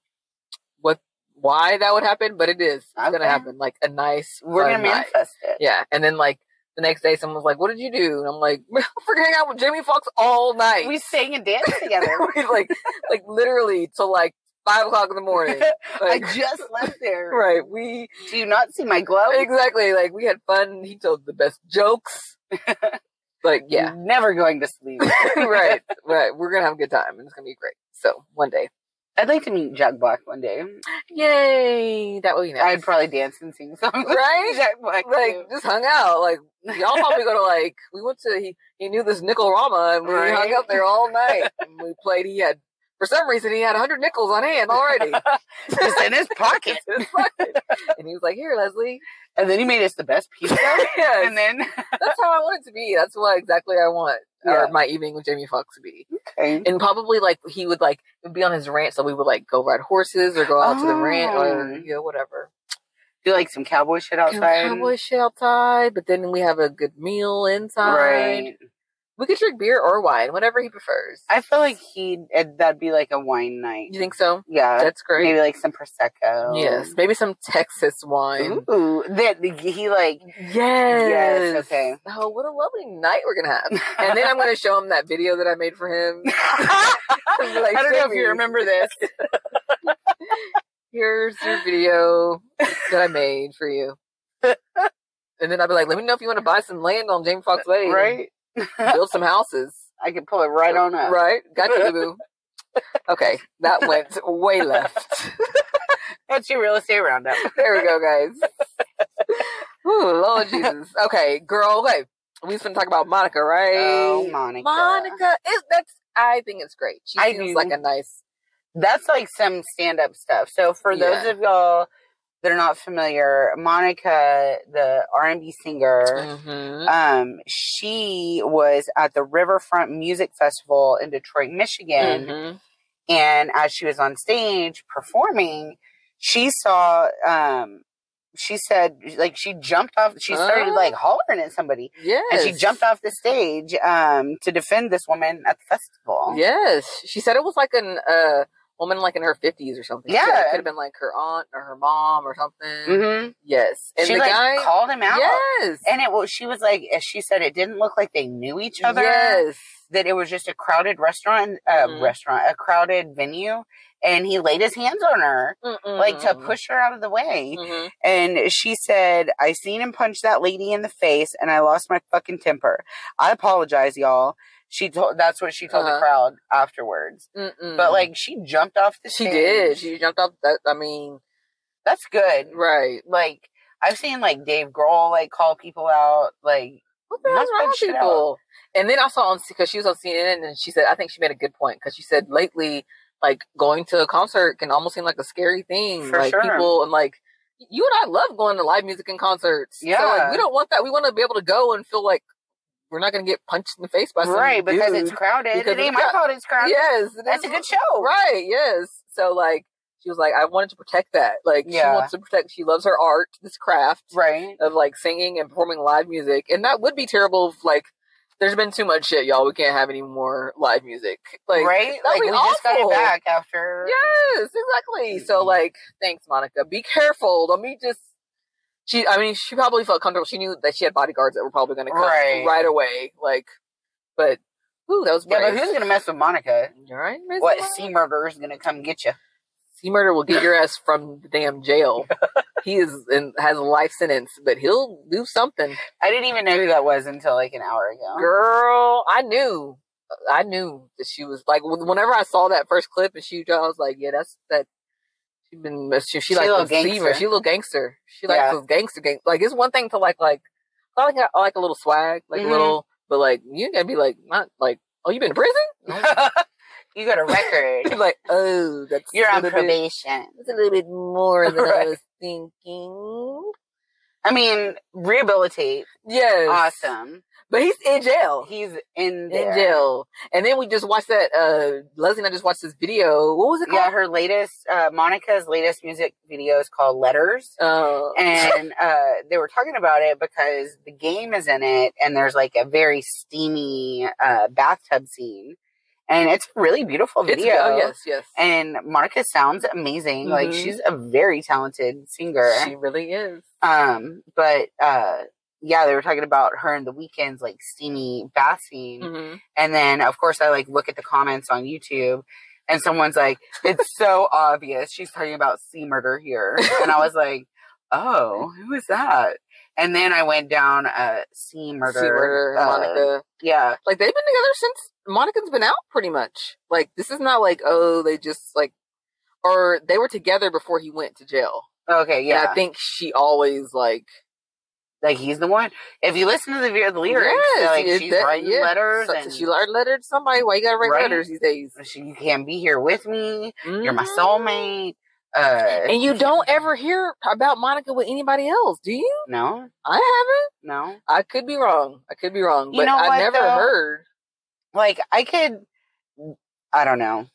[SPEAKER 1] what why that would happen, but it is it's gonna
[SPEAKER 2] Okay.
[SPEAKER 1] happen. Like a nice,
[SPEAKER 2] We're
[SPEAKER 1] fun
[SPEAKER 2] gonna
[SPEAKER 1] night.
[SPEAKER 2] manifest it.
[SPEAKER 1] Yeah. And then like the next day someone was like, What did you do? And I'm like, I'm freaking hang out with Jamie Foxx all night.
[SPEAKER 2] We sang and danced together.
[SPEAKER 1] We, like like literally till like five o'clock in the morning.
[SPEAKER 2] I
[SPEAKER 1] Like
[SPEAKER 2] just left there.
[SPEAKER 1] Right. We
[SPEAKER 2] Do you not see my
[SPEAKER 1] Oh,
[SPEAKER 2] glove?
[SPEAKER 1] exactly like we had fun. He told the best jokes. like yeah.
[SPEAKER 2] Never going to sleep.
[SPEAKER 1] right. Right. We're gonna have a good time and it's gonna be great. So one day.
[SPEAKER 2] I'd like to meet Jack Black one day.
[SPEAKER 1] Yay! That would be nice.
[SPEAKER 2] I'd probably dance and sing songs. with
[SPEAKER 1] Right?
[SPEAKER 2] Jack Black.
[SPEAKER 1] like
[SPEAKER 2] too.
[SPEAKER 1] just hung out. Like y'all probably go to like we went to he, he knew this nickel rama and we
[SPEAKER 2] Right.
[SPEAKER 1] hung out there all night. and we played. He had for some reason he had hundred nickels on hand already.
[SPEAKER 2] just in his pocket.
[SPEAKER 1] It's his pocket. and he was like, "Here, Leslie."
[SPEAKER 2] And then he made us the best pizza.
[SPEAKER 1] yes,
[SPEAKER 2] And then
[SPEAKER 1] that's how I want it to be. That's what exactly I want.
[SPEAKER 2] Yeah.
[SPEAKER 1] Or my evening with Jamie Foxx to be,
[SPEAKER 2] okay.
[SPEAKER 1] and probably like he would like be on his ranch, so we would like go ride horses or go out to the ranch or
[SPEAKER 2] Oh.
[SPEAKER 1] you know whatever.
[SPEAKER 2] do like some cowboy shit outside.
[SPEAKER 1] Cowboy shit outside, but then we have a good meal inside.
[SPEAKER 2] Right.
[SPEAKER 1] We could drink beer or wine, whatever he prefers.
[SPEAKER 2] I feel like he'd uh, that'd be like a wine night.
[SPEAKER 1] you think so?
[SPEAKER 2] Yeah.
[SPEAKER 1] That's great.
[SPEAKER 2] Maybe like some prosecco.
[SPEAKER 1] Yes, maybe some Texas wine.
[SPEAKER 2] Ooh, that he like.
[SPEAKER 1] Yes.
[SPEAKER 2] Yes, okay.
[SPEAKER 1] Oh, what a lovely night we're gonna have. And then I'm gonna show him that video that I made for him.
[SPEAKER 2] I don't know if
[SPEAKER 1] Sammy.
[SPEAKER 2] you remember this.
[SPEAKER 1] Here's your video that I made for you. And then I'll be like, let me know if you want to buy some land on James Fox Way. and
[SPEAKER 2] Right?
[SPEAKER 1] Build some houses.
[SPEAKER 2] I could pull it right on up.
[SPEAKER 1] Right? Got you, boo. Okay, that went way left.
[SPEAKER 2] That's your real estate roundup.
[SPEAKER 1] There we go, guys. Ooh, Lord Jesus. Okay, girl. Okay, we just been talk about Monica, right?
[SPEAKER 2] Oh, Monica.
[SPEAKER 1] Monica is that's. I think it's great. She
[SPEAKER 2] I
[SPEAKER 1] seems
[SPEAKER 2] do.
[SPEAKER 1] like a nice.
[SPEAKER 2] That's like some stand up stuff. So for
[SPEAKER 1] Yeah.
[SPEAKER 2] those of y'all that are not familiar, Monica, the R and B singer, um, she was at the Riverfront Music Festival in Detroit, Michigan.
[SPEAKER 1] Mhm.
[SPEAKER 2] Mm-hmm. And as she was on stage performing, she saw, um, she said, like, she jumped off, she started
[SPEAKER 1] Oh.
[SPEAKER 2] like hollering at somebody.
[SPEAKER 1] Yes,
[SPEAKER 2] And she jumped off the stage um, to defend this woman at the festival.
[SPEAKER 1] Yes, she said it was like an uh woman like in her fifties or something.
[SPEAKER 2] Yeah.
[SPEAKER 1] So it could have been like her aunt or her mom or something.
[SPEAKER 2] Mm-hmm.
[SPEAKER 1] Yes, and
[SPEAKER 2] she
[SPEAKER 1] the
[SPEAKER 2] like
[SPEAKER 1] guy.
[SPEAKER 2] called him out.
[SPEAKER 1] yes,
[SPEAKER 2] And it was, she was like, as she said, it didn't look like they knew each other.
[SPEAKER 1] Yes,
[SPEAKER 2] That it was just a crowded restaurant, uh,
[SPEAKER 1] Mhm.
[SPEAKER 2] restaurant, a crowded venue. And he laid his hands on her, like to
[SPEAKER 1] Mm-mm.
[SPEAKER 2] push her out of the way.
[SPEAKER 1] Mhm.
[SPEAKER 2] And she said, I seen him punch that lady in the face and I lost my fucking temper. I apologize, y'all. She told, that's what she told
[SPEAKER 1] Uh-huh.
[SPEAKER 2] the crowd afterwards.
[SPEAKER 1] Mm-mm.
[SPEAKER 2] But like, she jumped off the
[SPEAKER 1] she
[SPEAKER 2] stage.
[SPEAKER 1] did. She jumped off. That I mean,
[SPEAKER 2] that's good.
[SPEAKER 1] right.
[SPEAKER 2] Like, I've seen like Dave Grohl like call people out. Like,
[SPEAKER 1] What the hell's
[SPEAKER 2] Knock
[SPEAKER 1] wrong
[SPEAKER 2] that
[SPEAKER 1] with
[SPEAKER 2] shit
[SPEAKER 1] people? And then I saw on because she was on CNN and she said I think she made a good point because she said lately like going to a concert can almost seem like a scary thing.
[SPEAKER 2] For
[SPEAKER 1] like
[SPEAKER 2] sure.
[SPEAKER 1] people and like you and I love going to live music and concerts. so, like,
[SPEAKER 2] Yeah.
[SPEAKER 1] we don't want that. We want to be able to go and feel like we're not going to get punched in the face by some
[SPEAKER 2] right, because
[SPEAKER 1] dude.
[SPEAKER 2] it's crowded.
[SPEAKER 1] Because
[SPEAKER 2] it ain't
[SPEAKER 1] it's
[SPEAKER 2] my
[SPEAKER 1] crowd-
[SPEAKER 2] fault it's crowded.
[SPEAKER 1] yes, it
[SPEAKER 2] That's a
[SPEAKER 1] is-
[SPEAKER 2] good show.
[SPEAKER 1] Right? Yes. So like she was like I wanted to protect that. Like she
[SPEAKER 2] Yeah.
[SPEAKER 1] wants to protect. She loves her art, this craft
[SPEAKER 2] Right.
[SPEAKER 1] of like singing and performing live music, and that would be terrible. If, like, there's been too much shit, y'all. We can't have any more live music. Like,
[SPEAKER 2] right?
[SPEAKER 1] that'd
[SPEAKER 2] Like,
[SPEAKER 1] be
[SPEAKER 2] we just got
[SPEAKER 1] awful.
[SPEAKER 2] it back after.
[SPEAKER 1] yes, exactly. So,
[SPEAKER 2] Mhm.
[SPEAKER 1] like, thanks, Monica. Be careful. Don't be just. She, I mean, she probably felt comfortable. She knew that she had bodyguards that were probably going to come right.
[SPEAKER 2] Right.
[SPEAKER 1] away. Like, but ooh, that was
[SPEAKER 2] Yeah,
[SPEAKER 1] brave.
[SPEAKER 2] but who's going to mess with Monica?
[SPEAKER 1] All right, Miss
[SPEAKER 2] What
[SPEAKER 1] Monica?
[SPEAKER 2] sea murderer is going to come get you?
[SPEAKER 1] C murder will get your ass from the damn jail. he is and has a life sentence, but he'll do something.
[SPEAKER 2] I didn't even know who that was until like an hour ago.
[SPEAKER 1] Girl, I knew, uh, I knew that she was like. wh- Whenever I saw that first clip and she, I was like, yeah, that's that. She been uh, she, she
[SPEAKER 2] She
[SPEAKER 1] like
[SPEAKER 2] a
[SPEAKER 1] a
[SPEAKER 2] little
[SPEAKER 1] gangster.
[SPEAKER 2] gangster.
[SPEAKER 1] She a little gangster. She likes
[SPEAKER 2] Yeah.
[SPEAKER 1] those gangster gang. Like it's one thing to like like I like I like a little swag, like
[SPEAKER 2] Mhm.
[SPEAKER 1] a little, but like you gotta be like not like oh you been to prison?
[SPEAKER 2] you got a record.
[SPEAKER 1] like oh that's
[SPEAKER 2] You're
[SPEAKER 1] a
[SPEAKER 2] on
[SPEAKER 1] little bit,
[SPEAKER 2] probation.
[SPEAKER 1] that's a little bit more than I
[SPEAKER 2] Right.
[SPEAKER 1] was thinking.
[SPEAKER 2] I mean, rehabilitate.
[SPEAKER 1] Yes,
[SPEAKER 2] Awesome.
[SPEAKER 1] But he's in jail.
[SPEAKER 2] He's in
[SPEAKER 1] in
[SPEAKER 2] there.
[SPEAKER 1] jail. And then we just watched that. Uh, Leslie and I just watched this video. What was it
[SPEAKER 2] Yeah,
[SPEAKER 1] called?
[SPEAKER 2] her latest uh, Monica's latest music video is called Letters.
[SPEAKER 1] Uh,
[SPEAKER 2] and uh, they were talking about it because the game is in it, and there's like a very steamy uh, bathtub scene, and it's a really beautiful
[SPEAKER 1] it's-
[SPEAKER 2] video.
[SPEAKER 1] oh, yes, yes.
[SPEAKER 2] And Monica sounds amazing; like
[SPEAKER 1] Mhm.
[SPEAKER 2] she's a very talented singer.
[SPEAKER 1] she really is.
[SPEAKER 2] Um, but uh, yeah, they were talking about her and the weekends like steamy bath scene,
[SPEAKER 1] Mhm.
[SPEAKER 2] and then of course I like look at the comments on YouTube. And someone's like, it's so obvious. She's talking about sea murder here. And I was like, oh, who is that? And then I went down uh, sea murder.
[SPEAKER 1] See where
[SPEAKER 2] uh,
[SPEAKER 1] Monica.
[SPEAKER 2] Yeah.
[SPEAKER 1] Like they've been together since Monica's been out, pretty much. Like this is not like oh they just like or they were together before he went to jail.
[SPEAKER 2] Okay,
[SPEAKER 1] Yeah.
[SPEAKER 2] yeah.
[SPEAKER 1] And I think she always like
[SPEAKER 2] like he's the one. If you listen to the, the lyrics,
[SPEAKER 1] Yes,
[SPEAKER 2] like
[SPEAKER 1] it-
[SPEAKER 2] she's
[SPEAKER 1] that-
[SPEAKER 2] writing
[SPEAKER 1] yeah.
[SPEAKER 2] letters,
[SPEAKER 1] so-
[SPEAKER 2] and
[SPEAKER 1] she wrote letter to somebody. Why you gotta write
[SPEAKER 2] Right.
[SPEAKER 1] letters these days?
[SPEAKER 2] she, you can't be here with me. You're my
[SPEAKER 1] Mm.
[SPEAKER 2] soulmate. Uh,
[SPEAKER 1] And you don't ever hear about Monica with anybody else, do you?
[SPEAKER 2] no,
[SPEAKER 1] I haven't.
[SPEAKER 2] no.
[SPEAKER 1] I could be wrong. I could be wrong,
[SPEAKER 2] You
[SPEAKER 1] but
[SPEAKER 2] know
[SPEAKER 1] I
[SPEAKER 2] what,
[SPEAKER 1] never
[SPEAKER 2] though?
[SPEAKER 1] heard.
[SPEAKER 2] Like I could, I don't know.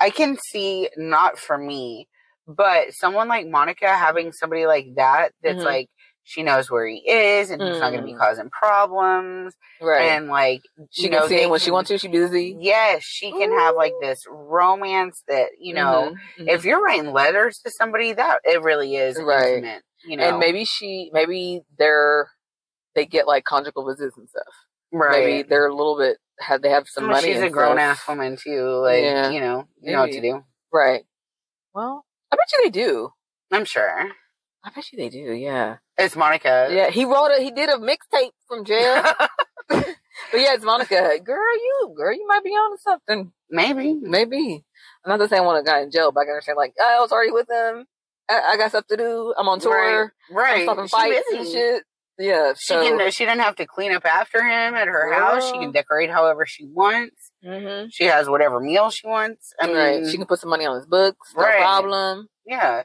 [SPEAKER 2] I can see not for me, but someone like Monica having somebody like that that's
[SPEAKER 1] Mhm.
[SPEAKER 2] like she knows where he is and he's not going to be
[SPEAKER 1] Mm.
[SPEAKER 2] causing problems
[SPEAKER 1] Right.
[SPEAKER 2] and like
[SPEAKER 1] she
[SPEAKER 2] you
[SPEAKER 1] can
[SPEAKER 2] know,
[SPEAKER 1] see
[SPEAKER 2] they
[SPEAKER 1] him when she
[SPEAKER 2] can-
[SPEAKER 1] wants to. She busy.
[SPEAKER 2] Yes, she can have like this romance that you know.
[SPEAKER 1] Mhm.
[SPEAKER 2] If you're writing letters to somebody, that it really is
[SPEAKER 1] Right.
[SPEAKER 2] intimate. You know,
[SPEAKER 1] and maybe she, maybe they're they get like conjugal visits and stuff.
[SPEAKER 2] right.
[SPEAKER 1] Maybe they're a little bit have they have some
[SPEAKER 2] Well,
[SPEAKER 1] money.
[SPEAKER 2] She's
[SPEAKER 1] and
[SPEAKER 2] a grown
[SPEAKER 1] stuff.
[SPEAKER 2] ass woman too. Like
[SPEAKER 1] Yeah.
[SPEAKER 2] you know, you know what to
[SPEAKER 1] Maybe.
[SPEAKER 2] do.
[SPEAKER 1] right? Well, I bet you they do.
[SPEAKER 2] I'm sure
[SPEAKER 1] I bet you they do. Yeah,
[SPEAKER 2] it's Monica.
[SPEAKER 1] yeah. He wrote a he did a mixtape from jail. but yeah, it's Monica. Girl, you girl, you might be on to something.
[SPEAKER 2] maybe.
[SPEAKER 1] Maybe. I'm not the same one that got in jail, but I can understand. Like I was already with him. I, I got stuff to do. I'm on tour.
[SPEAKER 2] Right.
[SPEAKER 1] I'm stopping
[SPEAKER 2] She
[SPEAKER 1] fights
[SPEAKER 2] busy.
[SPEAKER 1] and shit. Yeah.
[SPEAKER 2] She
[SPEAKER 1] so,
[SPEAKER 2] can. She doesn't have to clean up after him at her house. She
[SPEAKER 1] Girl.
[SPEAKER 2] can decorate however she wants.
[SPEAKER 1] Mm-hmm.
[SPEAKER 2] She has whatever meal she wants. I mean,
[SPEAKER 1] right. She can put some money on his books. No
[SPEAKER 2] Right.
[SPEAKER 1] problem.
[SPEAKER 2] yeah.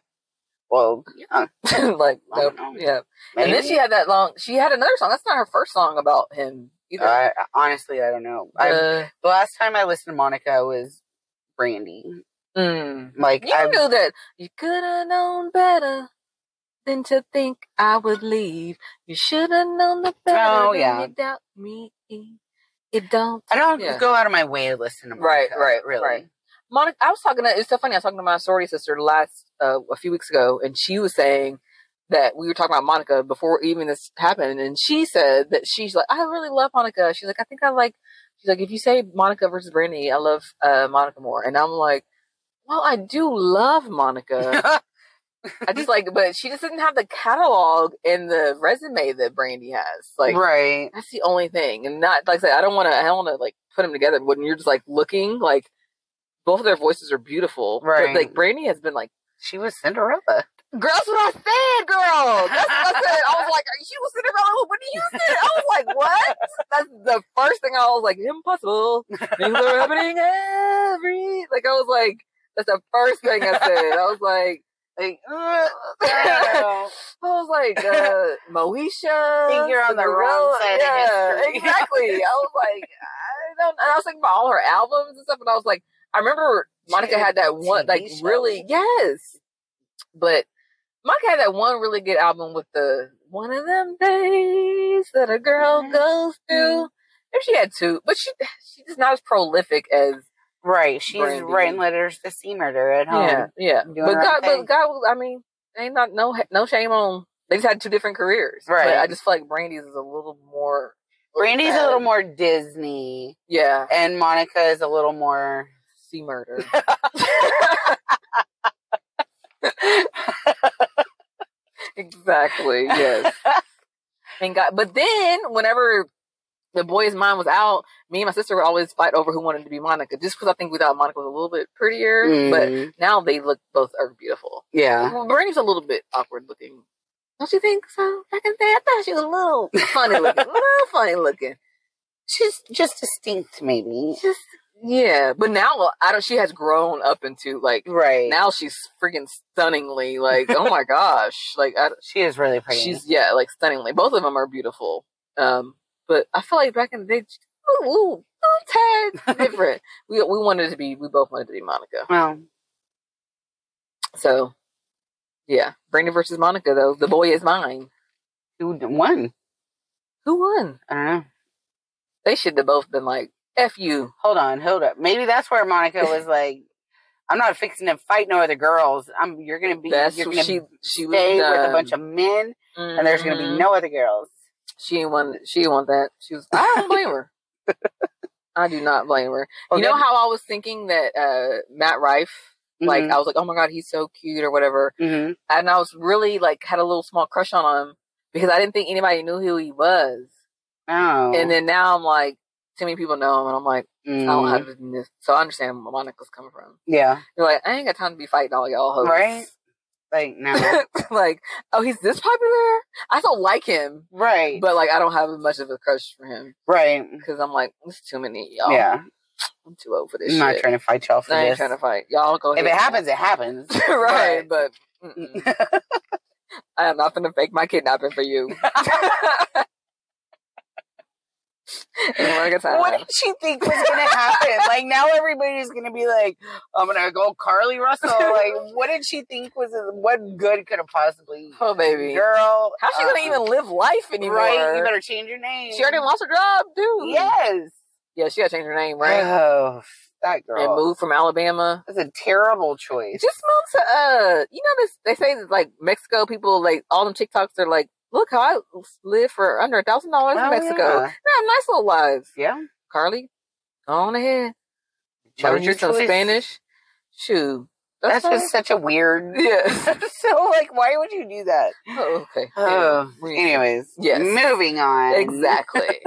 [SPEAKER 2] Well, yeah.
[SPEAKER 1] like,
[SPEAKER 2] I
[SPEAKER 1] no,
[SPEAKER 2] don't know.
[SPEAKER 1] yeah. And then
[SPEAKER 2] maybe.
[SPEAKER 1] she had that long. She had another song. That's not her first song about him either.
[SPEAKER 2] I, I- honestly, I don't know. I, the
[SPEAKER 1] The-
[SPEAKER 2] last time I listened to Monica was Brandy.
[SPEAKER 1] mm.
[SPEAKER 2] Like
[SPEAKER 1] You
[SPEAKER 2] I,
[SPEAKER 1] knew that. You could have known better than to think I would leave. You should have known the better.
[SPEAKER 2] Oh,
[SPEAKER 1] than
[SPEAKER 2] yeah.
[SPEAKER 1] You doubt me. It don't.
[SPEAKER 2] I don't
[SPEAKER 1] Yeah.
[SPEAKER 2] go out of my way to listen to
[SPEAKER 1] Right,
[SPEAKER 2] Monica.
[SPEAKER 1] right,
[SPEAKER 2] really.
[SPEAKER 1] right. Monica, I was talking to, it's so funny. I was talking to my sorority sister last, uh, a few weeks ago, and she was saying that we were talking about Monica before even this happened. And she said that she's like, I really love Monica. She's like, I think I like, she's like, if you say Monica versus Brandy, I love, uh, Monica more. And I'm like, well, I do love Monica. I just like, but she just doesn't have the catalog and the resume that Brandy has. Like,
[SPEAKER 2] right.
[SPEAKER 1] that's the only thing. And not like I said, I don't want to. I don't want to like put them together. When you're just like looking, like both of their voices are beautiful. But,
[SPEAKER 2] Right.
[SPEAKER 1] like Brandy has been like,
[SPEAKER 2] She was Cinderella.
[SPEAKER 1] "Girl, that's what I said, girl. That's what I said. I was like, she was Cinderella. who- What do you said? I was like, what? That's the first thing I was like, impossible. Things are happening every. Like I was like, that's the first thing I said. I was like.
[SPEAKER 2] Like,
[SPEAKER 1] I
[SPEAKER 2] girl.
[SPEAKER 1] was like, uh, Moesha.
[SPEAKER 2] Think you're on the wrong
[SPEAKER 1] Cinderella.
[SPEAKER 2] side of history.
[SPEAKER 1] exactly. I was like, I don't. And I was thinking about all her albums and stuff, and I was like, I remember Monica had that one,
[SPEAKER 2] TV
[SPEAKER 1] like
[SPEAKER 2] show.
[SPEAKER 1] really, yes. But Monica had that one really good album with the one of them days that a
[SPEAKER 2] Mm-hmm.
[SPEAKER 1] girl goes through. Maybe she had two, but she she's just not as prolific as
[SPEAKER 2] right. She's
[SPEAKER 1] Brandy.
[SPEAKER 2] writing letters to sea murder at home.
[SPEAKER 1] yeah, yeah.
[SPEAKER 2] doing
[SPEAKER 1] But
[SPEAKER 2] her
[SPEAKER 1] God,
[SPEAKER 2] thing.
[SPEAKER 1] but God, was- I mean, ain't not no no shame on. They just had two different careers,
[SPEAKER 2] Right.
[SPEAKER 1] But I just feel like Brandy's is a little more.
[SPEAKER 2] Brandy's a little
[SPEAKER 1] bad.
[SPEAKER 2] more Disney,
[SPEAKER 1] yeah.
[SPEAKER 2] and Monica is a little more.
[SPEAKER 1] Sea murder. exactly. Yes. And God, but then whenever the boy's mind was out, me and my sister would always fight over who wanted to be Monica, just because I think we thought Monica was a little bit prettier. But
[SPEAKER 2] Mm,
[SPEAKER 1] now they look both are beautiful.
[SPEAKER 2] yeah,
[SPEAKER 1] Well, Brandy's a little bit awkward looking. Don't you think so? Back in the day, I thought she was a little funny looking. a little funny looking.
[SPEAKER 2] she's just distinct, maybe.
[SPEAKER 1] Just yeah. But now I don't she has grown up into like
[SPEAKER 2] Right
[SPEAKER 1] now she's freaking stunningly like, oh my gosh. Like I,
[SPEAKER 2] she is really pretty.
[SPEAKER 1] she's yeah, like stunningly. Both of them are beautiful. Um but I feel like back in the day she- ooh, ooh, a little tad different. we we wanted to be we both wanted to be Monica.
[SPEAKER 2] well,
[SPEAKER 1] So yeah. Brandy versus Monica though. The boy is mine.
[SPEAKER 2] who d- won?
[SPEAKER 1] Who won?
[SPEAKER 2] I don't know.
[SPEAKER 1] They should have both been like, F you.
[SPEAKER 2] Hold on, hold up. Maybe that's where Monica was like, "I'm not fixing to fight no other girls. I'm you're gonna be
[SPEAKER 1] That's
[SPEAKER 2] you're
[SPEAKER 1] what
[SPEAKER 2] gonna
[SPEAKER 1] she she was
[SPEAKER 2] stay with a
[SPEAKER 1] done.
[SPEAKER 2] bunch of men, and there's gonna
[SPEAKER 1] Mhm.
[SPEAKER 2] be no other girls."
[SPEAKER 1] She didn't want she didn't want that. She was I don't blame her. I do not blame her.
[SPEAKER 2] Well,
[SPEAKER 1] you know
[SPEAKER 2] then-
[SPEAKER 1] how I was thinking that uh Matt Rife, like
[SPEAKER 2] Mhm,
[SPEAKER 1] I was like, Oh my god, he's so cute or whatever.
[SPEAKER 2] mhm.
[SPEAKER 1] And I was really like had a little small crush on him because I didn't think anybody knew who he was.
[SPEAKER 2] oh,
[SPEAKER 1] And then now I'm like, too many people know him, and I'm like, I don't
[SPEAKER 2] Mm,
[SPEAKER 1] have to do this. So I understand where Monica's coming from.
[SPEAKER 2] yeah.
[SPEAKER 1] You're like, I ain't got time to be fighting all y'all hoes.
[SPEAKER 2] Right? Like, no.
[SPEAKER 1] like, oh, he's this popular? I don't like him,
[SPEAKER 2] right.
[SPEAKER 1] but like, I don't have much of a crush for him
[SPEAKER 2] right.
[SPEAKER 1] because I'm like, it's too many y'all.
[SPEAKER 2] Yeah.
[SPEAKER 1] I'm too old for this
[SPEAKER 2] I'm not
[SPEAKER 1] Oh, shit.
[SPEAKER 2] trying to fight y'all for
[SPEAKER 1] I ain't
[SPEAKER 2] this.
[SPEAKER 1] trying to fight. Y'all go
[SPEAKER 2] if
[SPEAKER 1] ahead.
[SPEAKER 2] it happens, it happens.
[SPEAKER 1] right, but. mm-mm. I am not gonna fake my kidnapping for you. Ain't worth your time.
[SPEAKER 2] What did she think was gonna happen? like now everybody's gonna be like, I'm gonna go Carly Russell. Like, what did she think was what good could have possibly
[SPEAKER 1] Oh baby,
[SPEAKER 2] girl?
[SPEAKER 1] how's she gonna
[SPEAKER 2] uh,
[SPEAKER 1] even live life anymore?
[SPEAKER 2] Right, you better change your name.
[SPEAKER 1] she already lost her job, dude.
[SPEAKER 2] Yes.
[SPEAKER 1] yeah, she gotta change her name, right?
[SPEAKER 2] Oh, that
[SPEAKER 1] and
[SPEAKER 2] girl.
[SPEAKER 1] move from Alabama.
[SPEAKER 2] That's a terrible
[SPEAKER 1] It
[SPEAKER 2] choice.
[SPEAKER 1] just moved to uh, you know this. They say that like Mexico people, like all them TikToks are like, look how I live for under a thousand dollars in
[SPEAKER 2] Oh,
[SPEAKER 1] Mexico.
[SPEAKER 2] Yeah.
[SPEAKER 1] They have nice little lives.
[SPEAKER 2] yeah.
[SPEAKER 1] Carly, go on ahead.
[SPEAKER 2] That
[SPEAKER 1] Learn
[SPEAKER 2] was
[SPEAKER 1] you
[SPEAKER 2] your
[SPEAKER 1] some
[SPEAKER 2] choice.
[SPEAKER 1] Spanish. Shoot,
[SPEAKER 2] That's
[SPEAKER 1] fine.
[SPEAKER 2] just such a weird.
[SPEAKER 1] yeah.
[SPEAKER 2] so like, why would you do that?
[SPEAKER 1] Oh, okay.
[SPEAKER 2] Oh,
[SPEAKER 1] Anyway, we-
[SPEAKER 2] anyways,
[SPEAKER 1] Yes.
[SPEAKER 2] moving on.
[SPEAKER 1] exactly.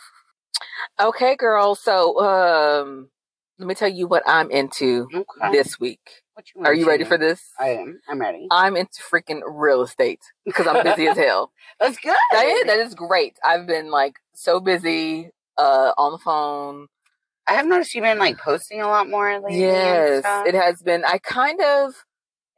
[SPEAKER 1] okay, girl. So, um, let me tell you what I'm into
[SPEAKER 2] Okay.
[SPEAKER 1] this week.
[SPEAKER 2] What
[SPEAKER 1] Are you ready
[SPEAKER 2] into?
[SPEAKER 1] for this? Uh,
[SPEAKER 2] I am. I'm ready.
[SPEAKER 1] I'm into freaking real estate because I'm busy as hell.
[SPEAKER 2] That's good.
[SPEAKER 1] That is that is great. I've been like so busy uh on the phone.
[SPEAKER 2] I have noticed you've been like posting a lot more lately. and
[SPEAKER 1] Yes,
[SPEAKER 2] stuff.
[SPEAKER 1] it has been. I kind of,